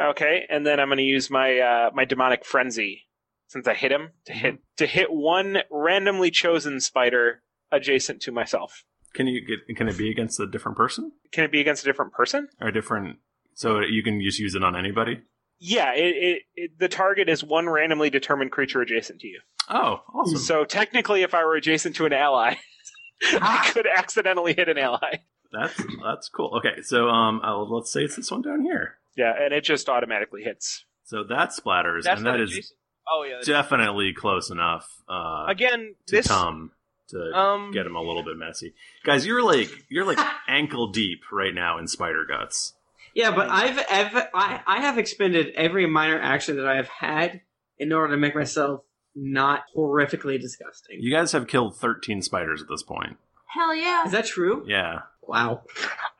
Okay, and then I'm going to use my uh, my demonic frenzy since I hit him to hit
Mm-hmm.
to hit one randomly chosen spider adjacent to myself.
Can you get? Can it be against a different person
Can it be against a different person?
or a different? So you can just use it on anybody.
Yeah, it, it, it the target is one randomly determined creature adjacent to you.
Oh, awesome!
So technically, if I were adjacent to an ally, I could accidentally hit an ally.
that's that's cool. Okay, so um, I'll, let's say it's this one down here.
Yeah, and it just automatically hits.
So that splatters,
That's
and
not
that is
adjacent. Oh yeah. that's-
definitely close enough uh,
Again,
to
this
Tom to
um
get him a little bit messy. Guys, you're like you're like ankle deep right now in spider guts.
Yeah, but I've ev- I I have expended every minor action that I have had in order to make myself not horrifically disgusting.
You guys have killed 13 spiders at this point.
Hell yeah.
Is that true?
Yeah.
Wow.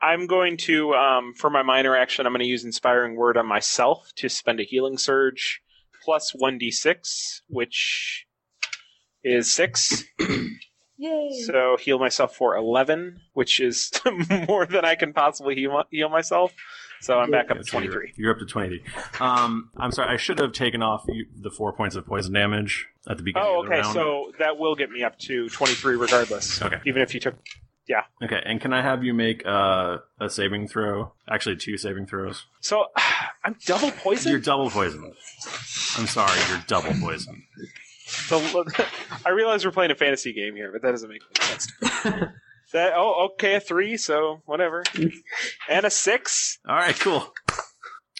I'm going to, um, for my minor action, I'm going to use Inspiring Word on myself to spend a healing surge plus 1d6, which is 6.
Yay.
So heal myself for 11, which is more than I can possibly heal, heal myself. So I'm back up
Yeah,
to
so you're-
23.
You're, up to 23. Um, I'm sorry, I should have taken off you, the four points of poison damage at the beginning
Oh,
of the
okay.
round.
So that will get me up to 23 regardless.
Okay.
Even if you took.
Okay, and can I have you make uh, a saving throw? Actually, two saving throws.
So I'm double poisoned?
You're double poisoned. I'm sorry, you're double poisoned.
So I realize we're playing a fantasy game here, but that doesn't make any sense. that oh okay, a three, so whatever, and a six.
All right, cool.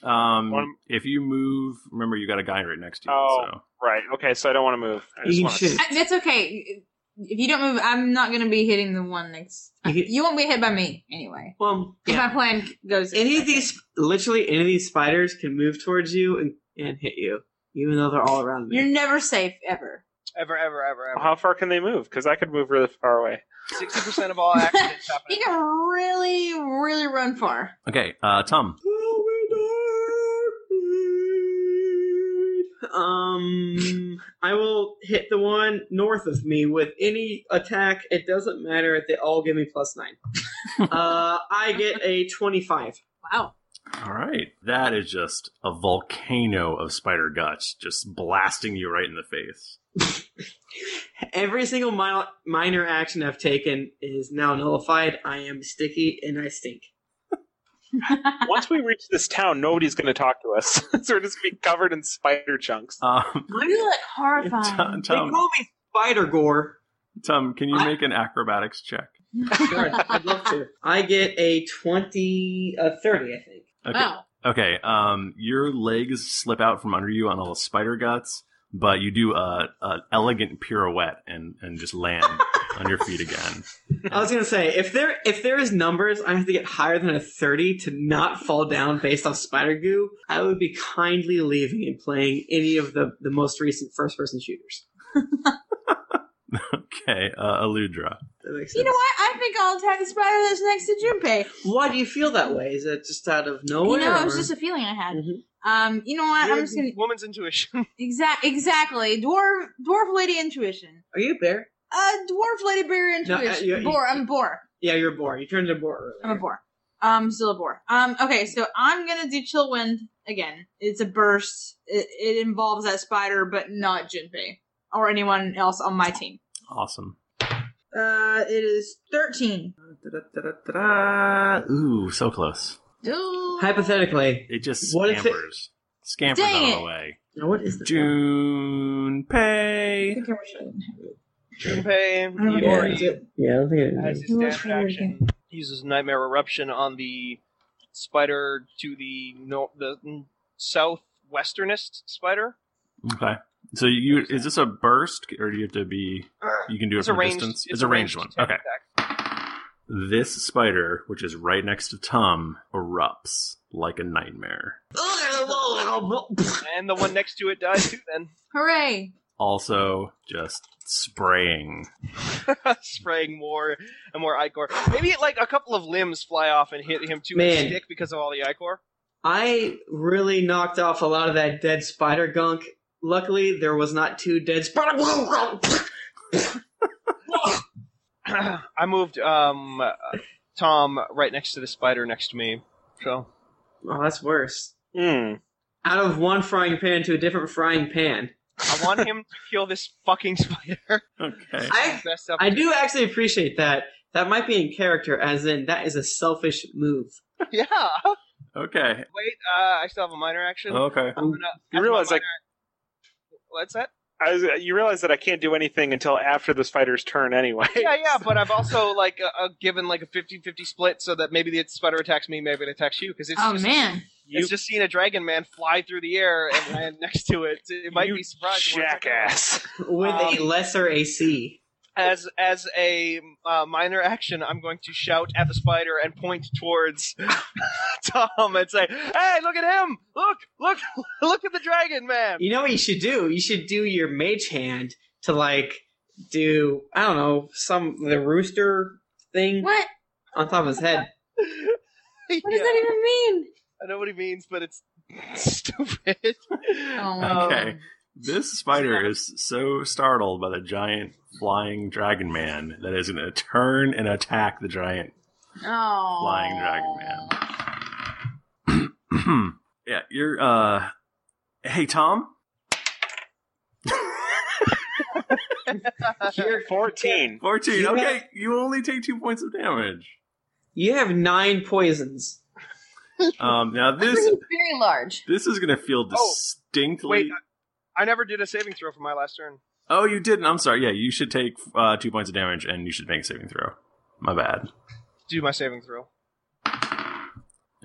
Um,
One-
if you move, remember you got a guy right next to you.
Oh,
so.
right. Okay, so I don't want to move. I just wanna-
I- That's okay. If you don't move, I'm not going to be hitting the one next. You won't be hit by me anyway.
Well,
if my plan goes,
any of these, literally any of these spiders can move towards you and, and hit you, even though they're all around me.
you're never safe ever.
Ever, ever, ever, ever.
How far can they move? Because I could move really far away.
Sixty percent of all accidents happen.
You can really, really run far.
Okay, uh, Tom.
Um, I will hit the one north of me with any attack. It doesn't matter. They all give me plus nine. uh, I get a twenty-five.
Wow.
All right. That is just a volcano of spider guts just blasting you right in the face.
Every single mi- minor action I've taken is now nullified. I am sticky and I stink.
Once we reach this town, nobody's going to talk to us. so we're just going to be covered in spider chunks.
Um,
You look horrifying.
Tom, Tom,
me Spider Gore.
Tom, can you make an acrobatics check?
Sure, I'd love to. I get a twenty, a thirty, I think.
Okay.
Wow.
Okay. Um, your legs slip out from under you on all the spider guts, but you do a, a elegant pirouette and and just land on your feet again.
I was gonna say if there if there is numbers, I have to get higher than a thirty to not fall down based off spider goo. I would be kindly leaving and playing any of the the most recent first person shooters.
Okay, uh, Aludra.
You know what? I think I'll attack the spider that's next to Junpei.
Why do you feel that way? Is that just out of nowhere?
you know, it was
or-
just a feeling I had.
Mhm.
Um, you know what? I'm
Weird
just gonna
woman's intuition.
exact exactly dwarf dwarf lady intuition.
Are you a bear?
Uh, dwarf lady bear
No, uh,
intuition.
you- you-
boar. I'm a boar.
Yeah, you're a boar. You turned into a boar earlier.
I'm a boar. Um, still a boar. Um, okay, so I'm gonna do chill wind again. It's a burst. It, it involves that spider, but not Junpei or anyone else on my team.
Awesome.
Uh, it is thirteen.
Ta-da.
Ooh, so close.
Ooh.
Hypothetically,
it just
what if it-
scampers. Scampers
Dang
out of
it.
the way.
Now, what is the
June pay?
Junpei,
don't
you
know.
are-
Yeah, I don't think it
As his standard action, he uses Nightmare Eruption on the spider to the no- the mm, southwesternest spider.
Okay. So you is this a burst or do you have to be? You can do it
It's a
from a
ranged-
distance. It's,
it's
a
a
ranged,
ranged
one. Okay.
attack.
This spider, which is right next to Tom, erupts like a nightmare.
and the one next to it dies too. Then
Hooray!
Also, just spraying.
spraying more and more ichor. Maybe like a couple of limbs fly off and hit him too
Man.
and stick because of all the ichor.
I really knocked off a lot of that dead spider gunk. Luckily, there was not two dead Oh, spider.
I moved um uh, Tom right next to the spider next to me. So
Oh, that's worse.
Hmm.
Out of one frying pan to a different frying pan.
I want him to kill this fucking spider.
Okay.
I-
Best up
I do actually appreciate that. That might be in character, as in that is a selfish move.
Yeah.
Okay.
Wait, uh, I still have a minor action.
Oh,
Okay.
I'm gonna,
You realize, like,
what's that?
I was, you realize that I can't do anything until after the spider's turn anyway.
Yeah, yeah, but I've also like uh, uh, given like a 50-50 split so that maybe the spider attacks me, maybe it attacks you because it's
Oh
just,
man,
it's just seeing a dragon man fly through the air and land next to it. It might
You
be surprising. when it's like,
Jackass.
With a
Um,
lesser AC.
As as a uh, minor action, I'm going to shout at the spider and point towards Tom and say, "Hey, look at him! Look, look, look at the dragon man!"
You know what you should do? You should do your mage hand to like do I don't know some the rooster thing
what?
on top of his head.
What does that even mean?
I know what he means, but it's stupid.
Oh, my
Okay. This spider is so startled by the giant flying dragon man that is going to turn and attack the giant
Oh.
flying dragon man. yeah, you're. uh Hey, Tom.
Here,
14.
14.
You
okay,
have-
you only take two points of damage.
you have nine poisons.
Um, now
He's
this
very large.
this is gonna feel
Oh,
distinctly.
Wait, I, I never did a saving throw for my last turn.
oh, you didn't. I'm sorry. Yeah, you should take uh, two points of damage and you should make a saving throw. My bad.
Do my saving throw.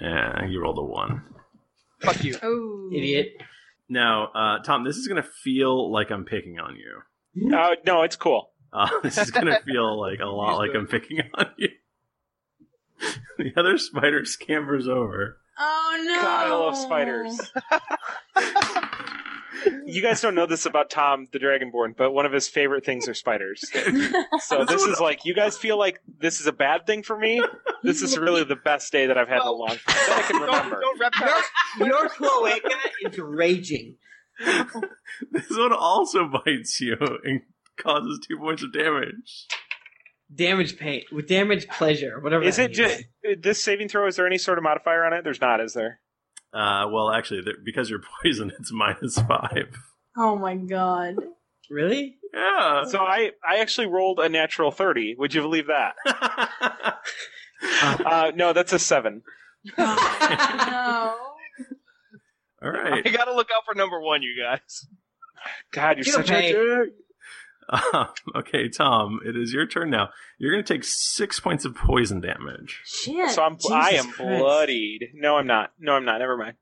Yeah, you rolled a one.
Fuck you,
Oh.
idiot.
Now, uh, Tom, this is going to feel like I'm picking on you.
No, no, it's cool.
Uh, this is going to feel like a lot like I'm picking on you. the other spider scampers over.
Oh no!
God, I love spiders. You guys don't know this about Tom the Dragonborn, but one of his favorite things are spiders. So this is like you guys feel like this is a bad thing for me. This is really the best day that I've had in a long time. That I can remember.
Your, your cloaca is raging.
This one also bites you and causes two points of damage.
Damage paint with damage pleasure, whatever.
Is
that
it
means.
just this saving throw? Is there any sort of modifier on it? There's not, is there?
Uh, well, actually, th- because you're poisoned, it's minus five.
Oh my god.
Really?
Yeah.
So I, I actually rolled a natural 30. Would you believe that? uh, no, that's a 7.
No.
All right.
I gotta look out for number one, you guys.
God,
you're such a jerk. Um, okay, Tom, it is your turn now. You're going to take six points of poison damage.
Shit.
So I'm I am bloodied. No, I'm not. No, I'm not. Never mind.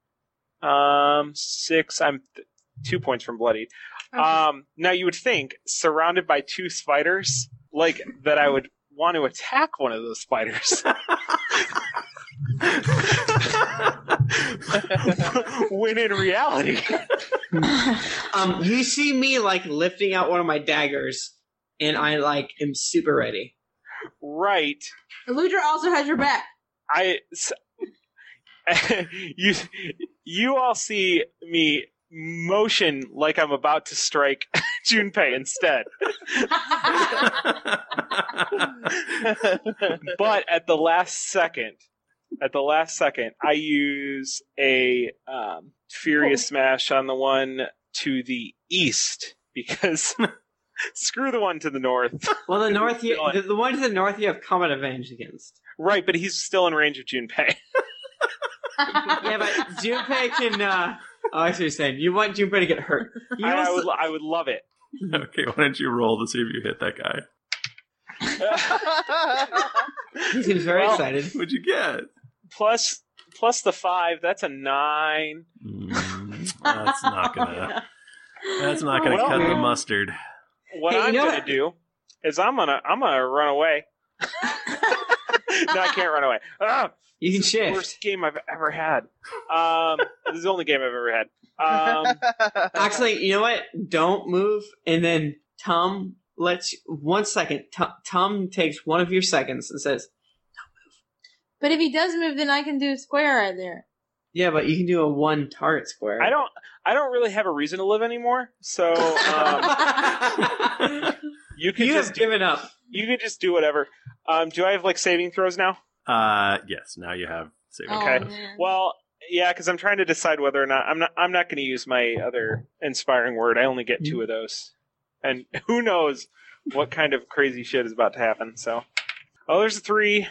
Um, six. I'm th- two points from bloodied. Um, now you would think surrounded by two spiders, like that, I would want to attack one of those spiders. when in reality,
Um, you see me like lifting out one of my daggers, and I like am super ready.
right?
Eludra also has your back.
I s- you you all see me motion like I'm about to strike Junpei instead. but at the last second, at the last second, I use a um, furious smash on the one to the east because screw the one to the north.
Well, the north, you, the, the one to the north, you have combat advantage against.
Right, but he's still in range of Junpei.
yeah, but Junpei can. Uh, oh, I see what you're saying. You want Junpei to get hurt. You
I, I
also-
would, I would love it.
Okay, why don't you roll to see if you hit that guy?
He seems very
Well-
excited.
What'd you get?
plus plus the five. That's a nine.
Mm, That's not gonna. That's not gonna
Well,
cut the
man.
mustard.
What
Hey, you
I'm
know
gonna
what-
do is I'm gonna I'm gonna run away. no, I can't run away. Ah,
You can shift.
worst game I've ever had. Um, this is the only game I've ever had. Um,
Actually, you know what? Don't move, and then Tom lets you, one second. Tom, Tom takes one of your seconds and says,
But if he does move, then I can do a square right there.
"Yeah, but you can do a one target square."
I don't I don't really have a reason to live anymore. So um, you can
you
just
have
do,
given up.
you can just do whatever. Um, do I have like saving throws now?
Uh, yes. Now you have saving.
Oh,
Okay.
man.
Well, yeah, because I'm trying to decide whether or not I'm not I'm not going to use my other inspiring word. I only get two of those, and who knows what kind of crazy shit is about to happen. So, oh, there's a three.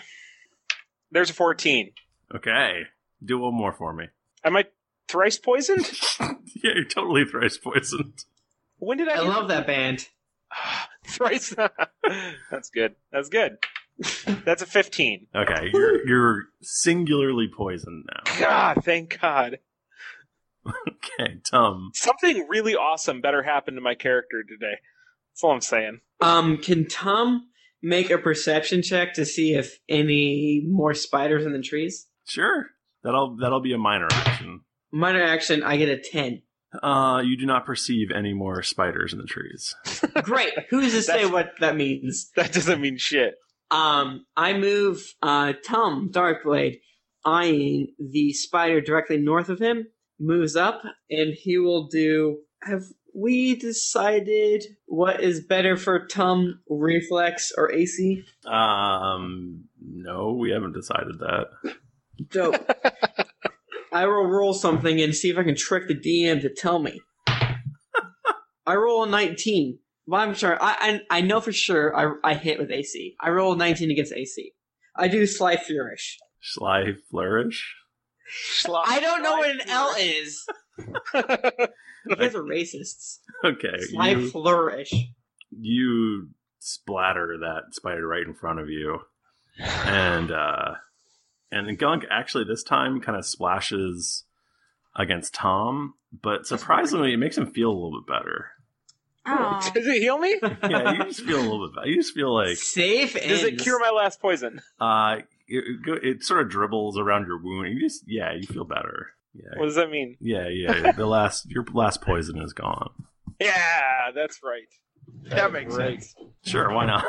There's a fourteen.
Okay. Do one more for me.
Am I thrice poisoned?
Yeah, you're totally thrice poisoned.
When did I?
I love that band.
thrice. That's good. That's good. That's a fifteen.
Okay, you're you're singularly poisoned now.
God, thank God.
Okay, Tom.
Something really awesome better happened to my character today. That's all I'm saying.
Um, can Tom make a perception check to see if any more spiders in the trees?
Sure. That'll that'll be a minor action.
Minor action. I get a ten.
Uh, you do not perceive any more spiders in the trees.
Great. Who's to say
That's-
what that means?
That doesn't mean shit.
Um, I move uh, Tom Darkblade, eyeing the spider directly north of him, moves up, and he will do. Have we decided what is better for Tom, reflex or AC?
Um, no, we haven't decided that.
Dope. I will roll something and see if I can trick the DM to tell me. I roll a 19. But I'm sure. I, I I know for sure I, I hit with AC. I roll a 19 against AC. I do Sly Flourish.
Sly flourish.
I don't know what an L is. You guys are racists.
Okay,
Sly
you
Flourish.
you splatter that spider right in front of you, and uh, and Gunk actually this time kind of splashes against Tom, but surprisingly, it makes him feel a little bit better.
Oh.
Does it heal me?
Yeah, you just feel a little bit better. You just feel like
safe.
Does it cure my last poison?
Uh, it, it, go- it sort of dribbles around your wound. You just yeah, you feel better. Yeah,
What does that mean?
yeah, yeah. The last your last poison is gone.
Yeah, that's right. That makes sense.
Sure, why not?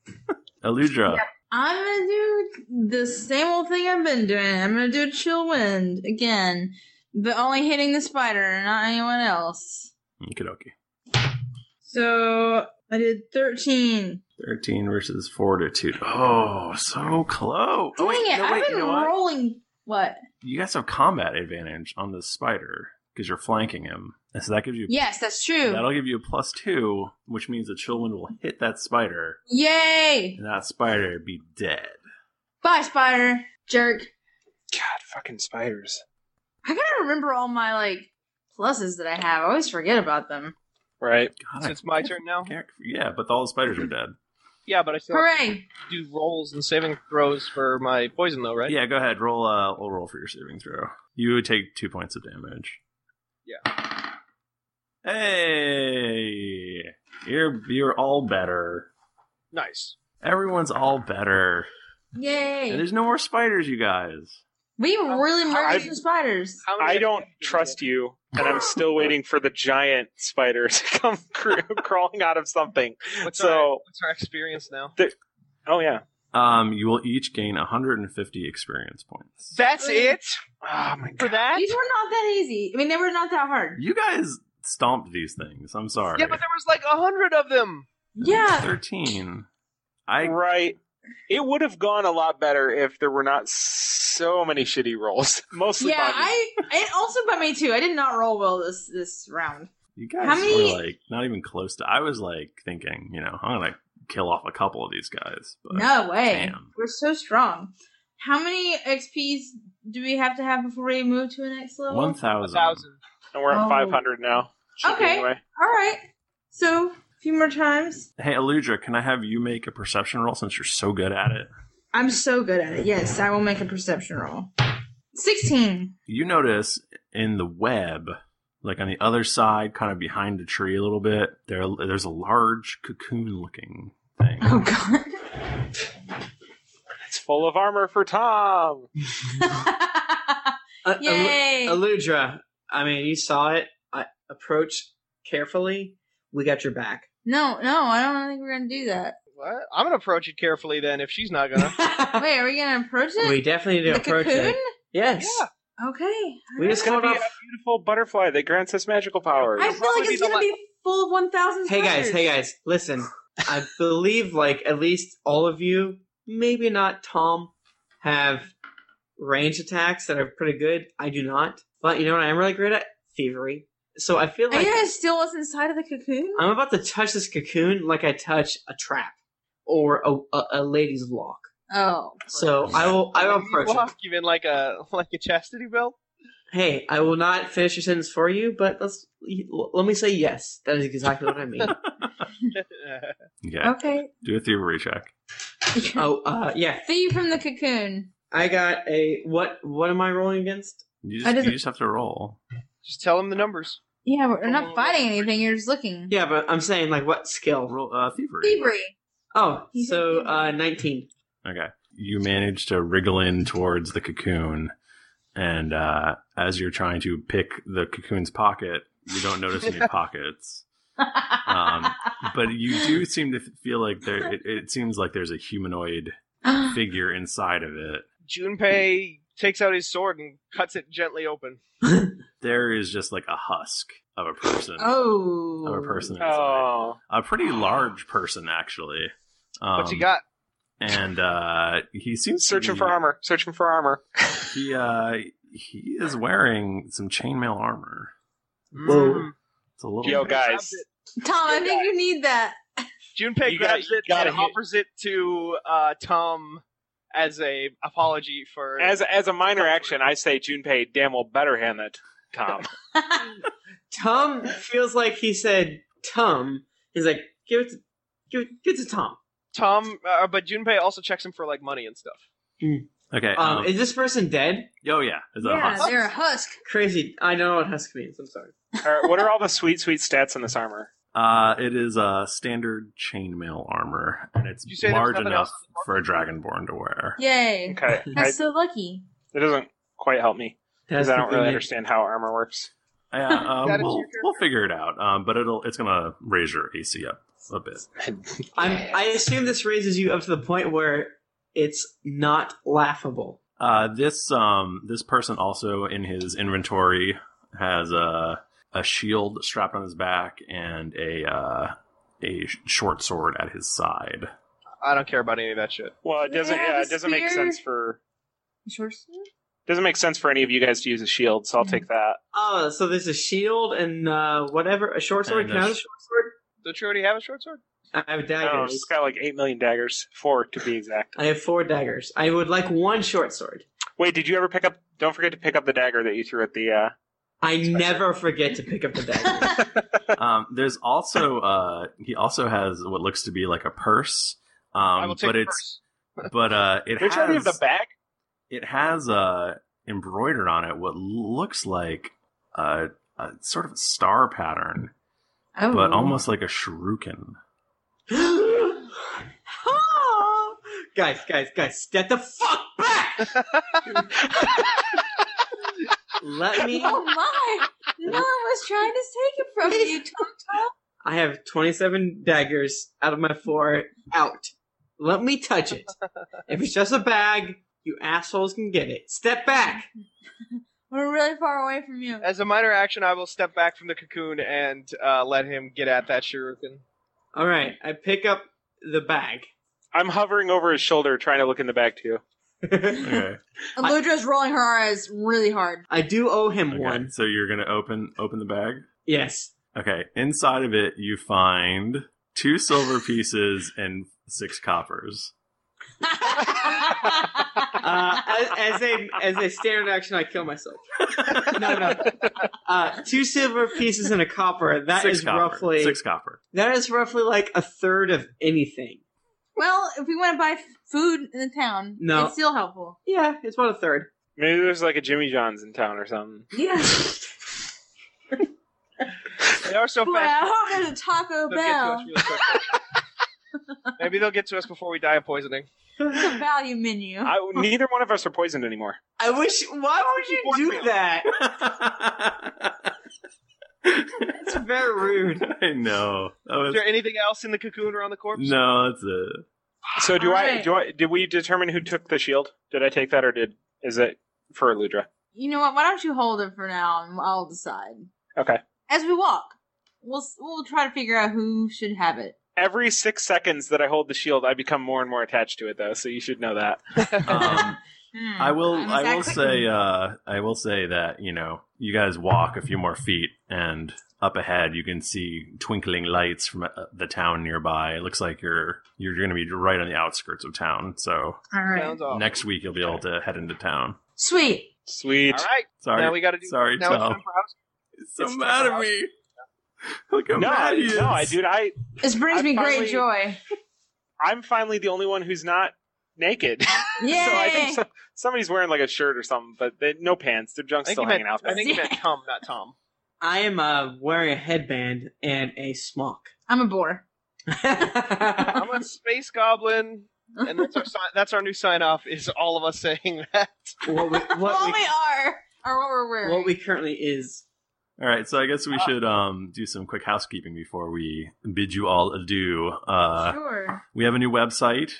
Eludra,
I'm gonna do the same old thing I've been doing. I'm gonna do chill wind again, but only hitting the spider, not anyone else.
Okie
So I did thirteen.
Thirteen versus fortitude. Oh, so close. Oh,
Dang
wait,
it!
no,
I've
wait,
been
you know what?
rolling. What?
You guys have combat advantage on the spider because you're flanking him, and so that gives you
Yes, that's true.
That'll give you a plus two, which means the chill wind will hit that spider,
Yay!
and that spider be dead.
Bye, spider jerk.
God, fucking spiders.
I gotta remember all my like pluses that I have. I always forget about them.
Right.
God,
So it's my turn now.
Yeah, but all the spiders are dead.
Yeah, but I still have
Hooray!
to do rolls and saving throws for my poison, though, right?
Yeah, go ahead. Roll a uh, we'll roll for your saving throw. You would take two points of damage.
Yeah.
Hey, you're you're all better.
Nice.
Everyone's all better. And
Yay!
there's no more spiders, you guys.
We really murdered
I-
some spiders.
How many
I don't trust you, and I'm still waiting for the giant spider to come cr- crawling out of something.
What's
so-
our, what's our experience now?
Oh yeah,
Um, you will each gain 150 experience points.
That's
it?
oh my
for
god,
that.
These were not that easy. I mean, they were not that hard.
You guys stomped these things. I'm sorry.
Yeah, but there was like a hundred of them.
Yeah.
13. I
right? It would have gone a lot better if there were not so many shitty rolls. Mostly,
Yeah,
bodies.
I it also by me too. I did not roll well this this round.
you guys
How many-
were like not even close to. I was like thinking, you know, I'm gonna kill off a couple of these guys. But
no way.
damn.
We're so strong. How many XPs do we have to have before we move to the next level?
one
A
thousand.
thousand.
and we're at
Oh.
500 now. Should be
Okay.
anyway.
All right. So, a few more times.
Hey, Eludra, can I have you make a perception roll since you're so good at it?
I'm so good at it. Yes, I will make a perception roll. 16.
You notice in the web, like on the other side, kind of behind the tree a little bit, there there's a large cocoon-looking thing.
Oh god.
It's full of armor for Tom.
Uh, Elu-
Yay.
Eludra, I mean, you saw it. I approach carefully. We got your back.
no, no, I don't think we're going to do that.
What? I'm gonna approach it carefully then. If she's not gonna,
Wait, are we going to approach it?
we definitely need
the
to approach
cocoon?
it. Yes.
Okay.
We just
It's gonna
got
be
off.
a beautiful butterfly that grants us magical powers.
I feel
probably
like it's
be the
going to be full of 1,000
Hey guys, hey guys, listen. I believe like at least all of you, maybe not Tom, have range attacks that are pretty good. I do not. But you know what I am really great at? Thievery. So I feel
Are
like
you going to steal what's inside of the cocoon?
I'm about to touch this cocoon like I touch a trap or a, a, a lady's lock.
Oh.
So I will I will
You
approach it.
walk you in like a like a chastity belt.
Hey, I will not finish your sentence for you, but let's let me say yes. That is exactly what I mean.
Yeah,
Okay.
do a thievery check.
oh, uh, yeah.
Thief from the cocoon.
I got a what? What am I rolling against?
I
You just,
didn't-
you just have to roll.
Just tell him the numbers.
Yeah, we're we're not fighting anything. You're just looking.
Yeah, but I'm saying like what skill?
Roll uh, thievery.
Thievery.
Oh,
He said
so
thievery.
uh, 19.
Okay. You manage to wriggle in towards the cocoon, and uh, as you're trying to pick the cocoon's pocket, you don't notice any pockets. Um, but you do seem to feel like there. It, it seems like there's a humanoid figure inside of it.
Junpei takes out his sword and cuts it gently open.
There is just like a husk of a person,
oh.
of a person
Uh,
inside.
Oh,
A pretty large person, actually. Um,
What's he got?
And uh, he seems to
searching
be-
for armor. Searching for armor.
He uh, he is wearing some chainmail armor.
Whoa.
Mm.
It's a little.
Yo, guys,
Tom, I think you need that.
Junpei
You
grabs
got- you
it
gotta
and
hit-
offers it to uh, Tom as a apology for.
as as a minor action, I say Junpei damn well better hand that to Tom.
Tom feels like he said
um,
Tom. He's like, give it to, give, it- give it to Tom.
Tom, uh, but Junpei also checks him for like money and stuff.
Okay.
Um, is this person dead?
Oh yeah, is
yeah, they're a husk.
Crazy. I don't know what husk means. I'm sorry.
all right, what are all the sweet, sweet stats in this armor?
Uh, it is a standard chainmail armor, and it's
you say there was
large
nothing
enough for a dragonborn to wear.
Yay.
Okay,
That's
I-
so lucky.
It doesn't quite help me because
That's
I don't really
convenient.
understand how armor works.
Yeah, uh,
That is
we'll,
your
we'll figure it out. Um, but it'll it's gonna raise your AC up a bit.
I'm, I assume this raises you up to the point where it's not laughable.
Uh, this um this person also in his inventory has a a shield strapped on his back and a uh, a sh- short sword at his side.
I don't care about any of that shit.
Well, it doesn't. Yeah, it doesn't make sense for.
Short
Doesn't make sense for any of you guys to use a shield, so I'll
Mm.
take that.
Oh, so there's a shield and uh, whatever a short sword.
And
Can I
a
have a
sh-
short sword?
Don't you already have a short sword?
I have
No,
daggers.
he's got like eight million daggers, four to be exact.
I have four daggers. I would like one short sword.
Wait, did you ever pick up? Don't forget to pick up the dagger that you threw at the. uh
I never forget to pick up the dagger.
um, there's also uh, he also has what looks to be like a purse. Um,
will take
but
the
it's but uh, it
Don't you already
has
have the bag?
it has uh, embroidered on it what looks like a, a sort of star pattern,
Oh.
but almost like a shuriken.
guys, guys, guys, get the fuck back! Let me.
Oh my! No one was trying to take it from you, Tom Tom.
I have 27 daggers out of my four out. Let me touch it. If it's just a bag, you assholes can get it. Step back!
We're really far away from you.
As a minor action, I will step back from the cocoon and uh, let him get at that shuriken.
Alright, I pick up the bag.
I'm hovering over his shoulder, trying to look in the bag too.
okay.
Eludra's rolling her eyes really hard.
I do owe him
one. So you're gonna open open the bag.
Yes.
Okay. Inside of it, you find two silver pieces and six coppers.
Uh, as, as a as a standard action, I kill myself. no, no. Uh, two silver pieces and a copper. That is
Six copper.
roughly
six copper.
That is roughly like a third of anything.
Well, if we went to buy f- food in the town,
No.
it's still helpful.
Yeah, it's about a third.
Maybe there's like a Jimmy John's in town or something.
Yeah.
They are so
Boy,
fast.
I hope there's a Taco
They'll get to us
Bell.
really quick. Maybe they'll get to us before we die of poisoning.
It's a value menu.
I, neither one of us are poisoned anymore.
I wish. Why would you do that? It's very rude.
I know. That was-
Is there anything else in the cocoon around the corpse?
no, that's it.
So do I?
Alright.
Do I? Did we determine who took the shield? Did I take that, or did is it for Ludra?
You know what? Why don't you hold it for now, and I'll decide
Okay.
as we walk. We'll s- we'll try to figure out who should have it.
Every six seconds that I hold the shield, I become more and more attached to it, though. So you should know that.
I will.
I'm
I will
exactly-
say. Uh, I will say that you know you guys walk a few more feet, and up ahead you can see twinkling lights from uh, the town nearby. It looks like you're you're going to be right on the outskirts of town. So
All right.
next week you'll be able to head into town.
Sweet.
Sweet.
All right.
Sorry.
Now we got to do.
Sorry,
now It's
Tom.
time for house.
so mad at me. Look
no,
mad
I,
he
no, I
is.
dude, I.
This brings
I
me
finally-
great joy.
I'm finally the only one who's not naked.
Yay!
so I think so, somebody's wearing like a shirt or something, but they, no pants. Their
I
junk's
think
still
you meant-
hanging out. There.
I think you meant Tom, not Tom.
I am uh, wearing a headband and a smock.
I'm a bore.
I'm a space goblin, and that's our sign, that's our new sign off. Is all of us saying that?
What we,
All
what
we are are what we're
we,
wearing.
what we currently is.
All right, so I guess we should um, do some quick housekeeping before we bid you all adieu. Uh,
Sure.
We have a new website,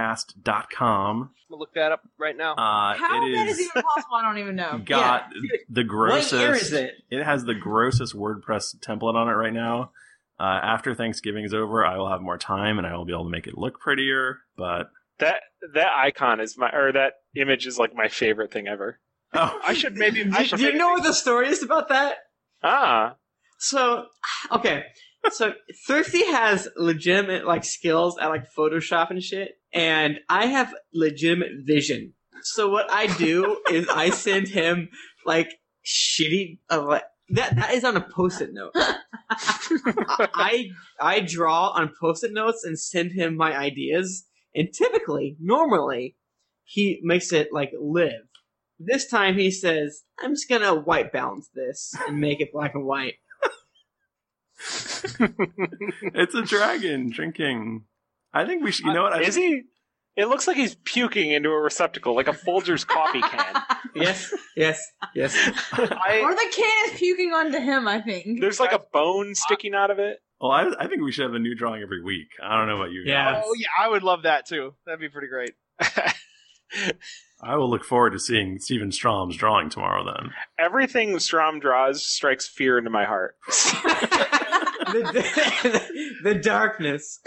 dndpodcast.com.
I'm gonna look that up right now.
Uh,
How
it
that is
is
even possible? I don't even
Oh,
know.
got the grossest.
year is it?
has the grossest WordPress template on it right now. Uh, after Thanksgiving is over, I will have more time and I will be able to make it look prettier. But
that that icon is my or that image is like my favorite thing ever.
Oh,
I should maybe. I
Do,
should
do you
maybe-
know what the story is about that?
Ah,
So, okay. So, Thrifty has legitimate, like, skills at, like, Photoshop and shit. And I have legitimate vision. So, what I do is I send him, like, shitty. Uh, like, that, that is on a post it note. I I draw on post-it notes and send him my ideas, and typically, normally, he makes it like live. This time he says, "I'm just gonna white balance this and make it black and white."
it's a dragon drinking. I think we should. You know what? I
Uh, Is
think-
he? It looks like he's puking into a receptacle, like a Folgers coffee can.
yes, yes, yes.
or the can is puking onto him, I think.
There's like a bone sticking out of it.
Well, I, I think we should have a new drawing every week. I don't know about you guys.
Oh yeah, I would love that too. That'd be pretty great.
I will look forward to seeing Stephen Strom's drawing tomorrow. Then
Everything Strom draws strikes fear into my heart.
the, the darkness.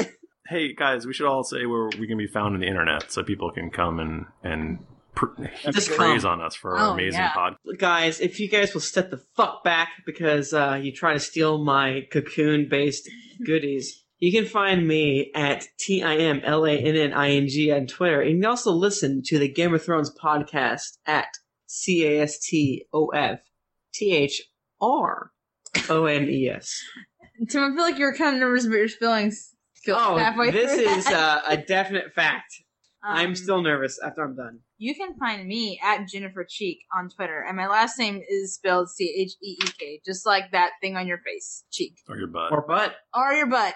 Hey guys, we should all say where we can be found on the internet so people can come and and pr- heap
Just
praise
come.
on us for our
Oh,
amazing
yeah.
podcast.
Guys, if you guys will step the fuck back because uh, you try to steal my cocoon based goodies, you can find me at T I M L A N N I N G on Twitter. And you can also listen to the Game of Thrones podcast at C A S T O F T H R O N E S.
Tim, I feel like you're counting numbers, but your spelling's still
Oh,
halfway
this
through.
is uh, a definite fact.
Um,
I'm still nervous after I'm done.
You can find me at Jennifer Cheek on Twitter, and my last name is spelled C H E E K, just like that thing on your face, cheek
Or your butt.
Or butt.
or your butt.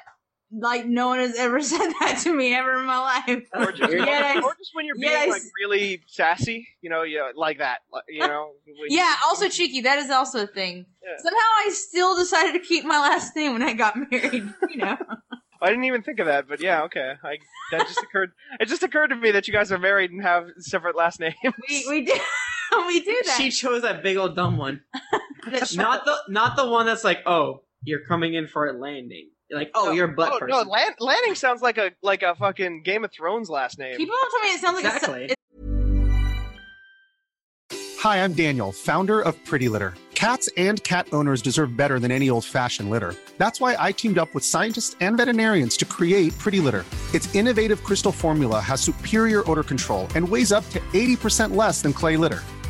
Like no one has ever said that to me ever in my life.
Or just,
Yes.
or just when you're being
Yes.
like really sassy, you know, yeah, like that, like, you know. when-
Yeah, also cheeky. That is also a thing. Somehow I still decided to keep my last name when I got married. You know,
I didn't even think of that, but yeah, okay. I, that just occurred. It just occurred to me that you guys are married and have separate last names.
we we do we do that.
She chose that big old dumb one.
That's
not the not the one that's like, oh, you're coming in for a landing. You're like, oh, you're a butt
Oh,
person.
no, Lan- Lanning sounds like a like a fucking Game of Thrones last name.
People don't tell me it sounds like
Exactly.
a, it
Hi, I'm Daniel, founder of Pretty Litter. Cats and cat owners deserve better than any old fashioned litter. That's why I teamed up with scientists and veterinarians to create Pretty Litter. Its innovative crystal formula has superior odor control and weighs up to 80% less than clay litter.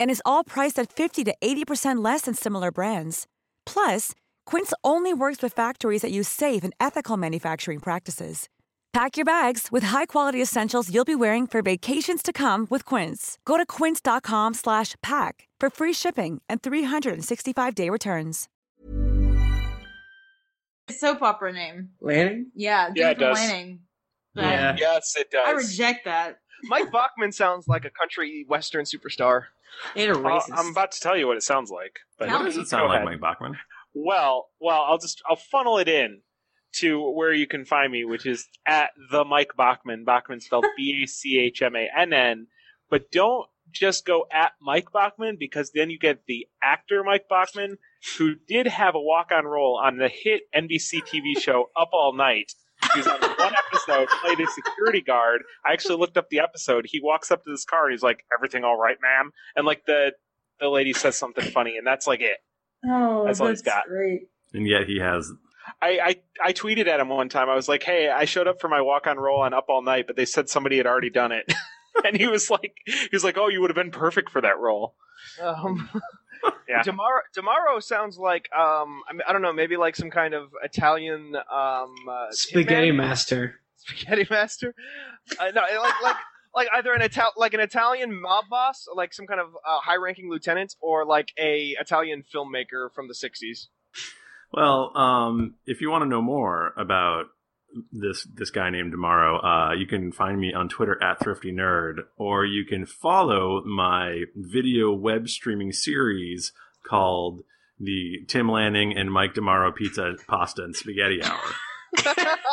And is all priced at 50 to 80% less than similar brands. Plus, Quince only works with factories that use safe and ethical manufacturing practices. Pack your bags with high-quality essentials you'll be wearing for vacations to come with Quince. Go to quince.com slash pack for free shipping and 365-day returns.
is a soap opera name.
Lanning?
Yeah,
Yeah, it
Jennifer
does.
Lanning. But
Yeah.
Yes, it
I reject that.
Mike Bachman sounds like a country western superstar.
And a
I'll- I'm about to tell you what it sounds like. But
What does it sound
Go
like,
ahead.
Mike Bachman?
Well, well, I'll just I'll funnel it in to where you can find me, which is at the Mike Bachman. Bachman spelled B A C H M A N N. But don't just go at Mike Bachman because then you get the actor Mike Bachman, who did have a walk-on role on the hit NBC TV show Up All Night. He was on one episode, played a security guard. I actually looked up the episode. He walks up to this car and he's like, "Everything all right, ma'am?" And like the the lady says something funny, and that's like it.
Oh,
That's all he's that's got.
Great.
And yet he has.
I, I I tweeted at him one time. I was like, "Hey, I showed up for my walk on roll on Up All Night, but they said somebody had already done it." and he was like, "He was like, oh, you would have been perfect for that role."
Um,
Yeah.
Damaro, Damaro sounds like um, I, mean, I don't know, maybe like some kind of Italian um, uh,
Spaghetti
hitman?
master.
spaghetti master. Uh, no, like like like either an Ital- like an Italian mob boss, like some kind of uh, high-ranking lieutenant, or like a Italian filmmaker from the '60s.
Well, um, if you want to know more about this this guy named Tomorrow, uh, you can find me on Twitter at Thrifty Nerd, or you can follow my video web streaming series called the Tim Lanning and Mike Demaro Pizza, Pasta, and Spaghetti Hour.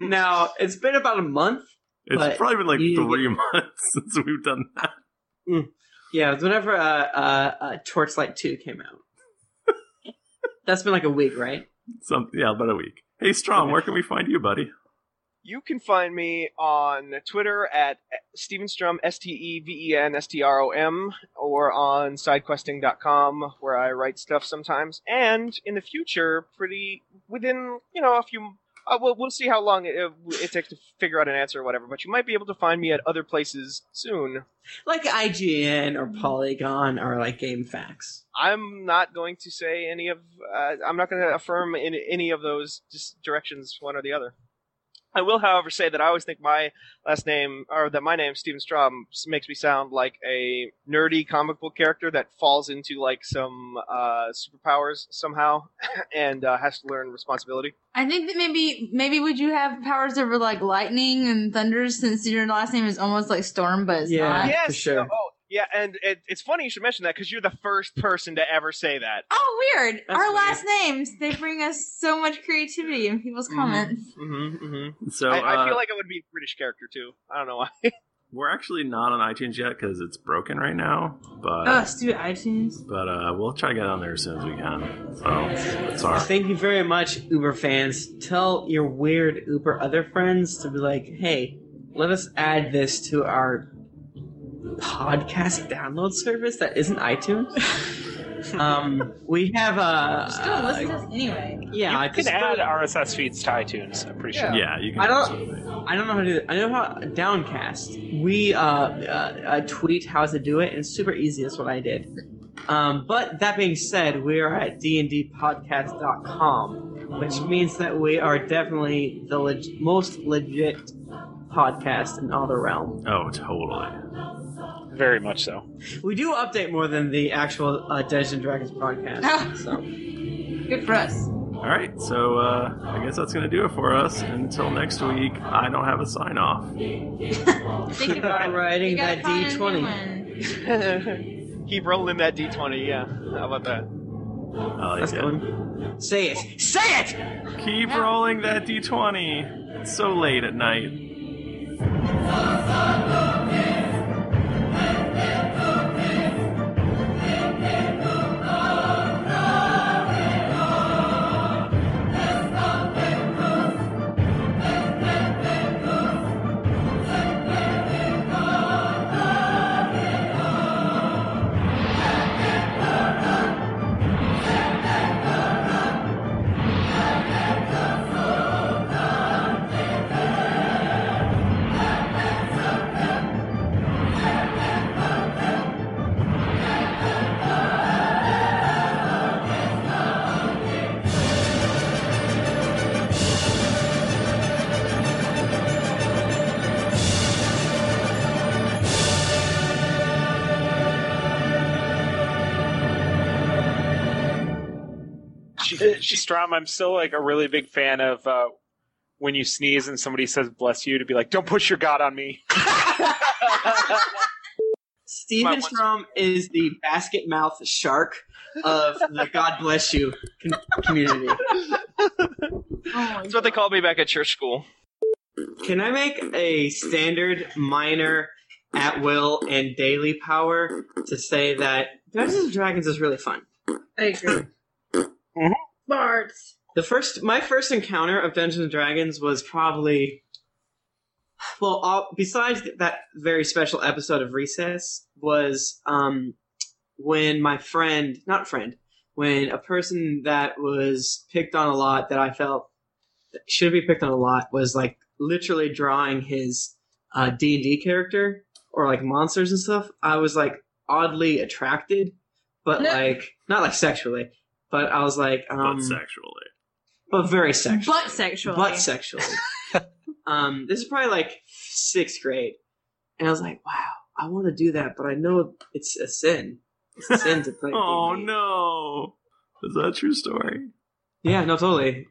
now, it's been about a month.
It's
But
probably been like
you didn't
three months since we've done that.
Yeah, it was whenever uh, uh, uh, Torchlight 2 came out. That's been like a week, right?
Um, Some, yeah, about a week. Hey, Strom, where can we find you, buddy?
You can find me on Twitter at Stevenstrom, S T E V E N S T R O M, or on sidequesting.com where I write stuff sometimes. And in the future, pretty within, you know, a few. Uh, we'll, we'll see how long it, it takes to figure out an answer or whatever, but you might be able to find me at other places soon.
Like IGN or Polygon or like Game Facts.
I'm not going to say any of. Uh, I'm not going to affirm in any of those dis- directions, one or the other. I will, however, say that I always think my last name, or that my name, Steven Strom, s- makes me sound like a nerdy comic book character that falls into like some uh, superpowers somehow and uh, has to learn responsibility.
I think that maybe maybe would you have powers over like lightning and thunder since your last name is almost like storm, but it's not.
yes. Oh, yeah, and it, it's funny you should mention that because you're the first person to ever say that.
Oh, weird! Our last names they bring us so much creativity in people's comments.
Mm-hmm, mm-hmm.
So
I, I feel
uh,
like I would be a British character too. I don't know why.
We're actually not on iTunes yet because it's broken right now, but
oh, let's do iTunes.
but uh, we'll try to get on there as soon as we can. So it's our
Thank you very much, Uber fans. Tell your weird Uber other friends to be like, hey, let us add this to our podcast download service that isn't iTunes. um, we have a.
Still listen to us anyway.
Uh, Yeah, I
you can
just-
add RSS feeds to iTunes. I'm pretty sure.
I don't. I don't know how to do that. I know how Downcast. We uh, uh, uh, tweet how to do it, and it's super easy. That's what I did. Um, but that being said, we are at dndpodcast.com, which means that we are definitely the leg- most legit podcast in all the realm.
Oh, totally.
Very much so.
We do update more than the actual uh, Dungeons and Dragons podcast. so
good for us.
All right, so uh, I guess that's going to do it for us. Until next week, I don't have a sign off.
Think
about writing
that
D20.
Keep rolling that D20. Yeah, how about that?
That's
good. Say it. Say it.
Keep rolling that d20. It's so late at night.
She- Strom, I'm still like a really big fan of uh, when you sneeze and somebody says "bless you" to be like, "Don't push your god on me."
Steven Strom is the basket mouth shark of the God bless you con- community.
That's what they called me back at church school.
Can I make a standard, minor, at will, and daily power to say that Dungeons and Dragons is really fun?
I agree. Bards.
The first, my first encounter of Dungeons and Dragons was probably, well, all, besides that very special episode of Recess, was um, when my friend, not friend, when a person that was picked on a lot that I felt that should be picked on a lot was like literally drawing his uh, D&D character or like monsters and stuff. I was like oddly attracted, but like not like sexually, but I was like um
but sexually.
But very sexually.
But sexually.
But sexually. um this is probably like 6th grade. And I was like, wow, I want to do that, but I know it's a sin. It's a sin to play
Oh
D&D.
no! Is that a true story?
Yeah, no, totally.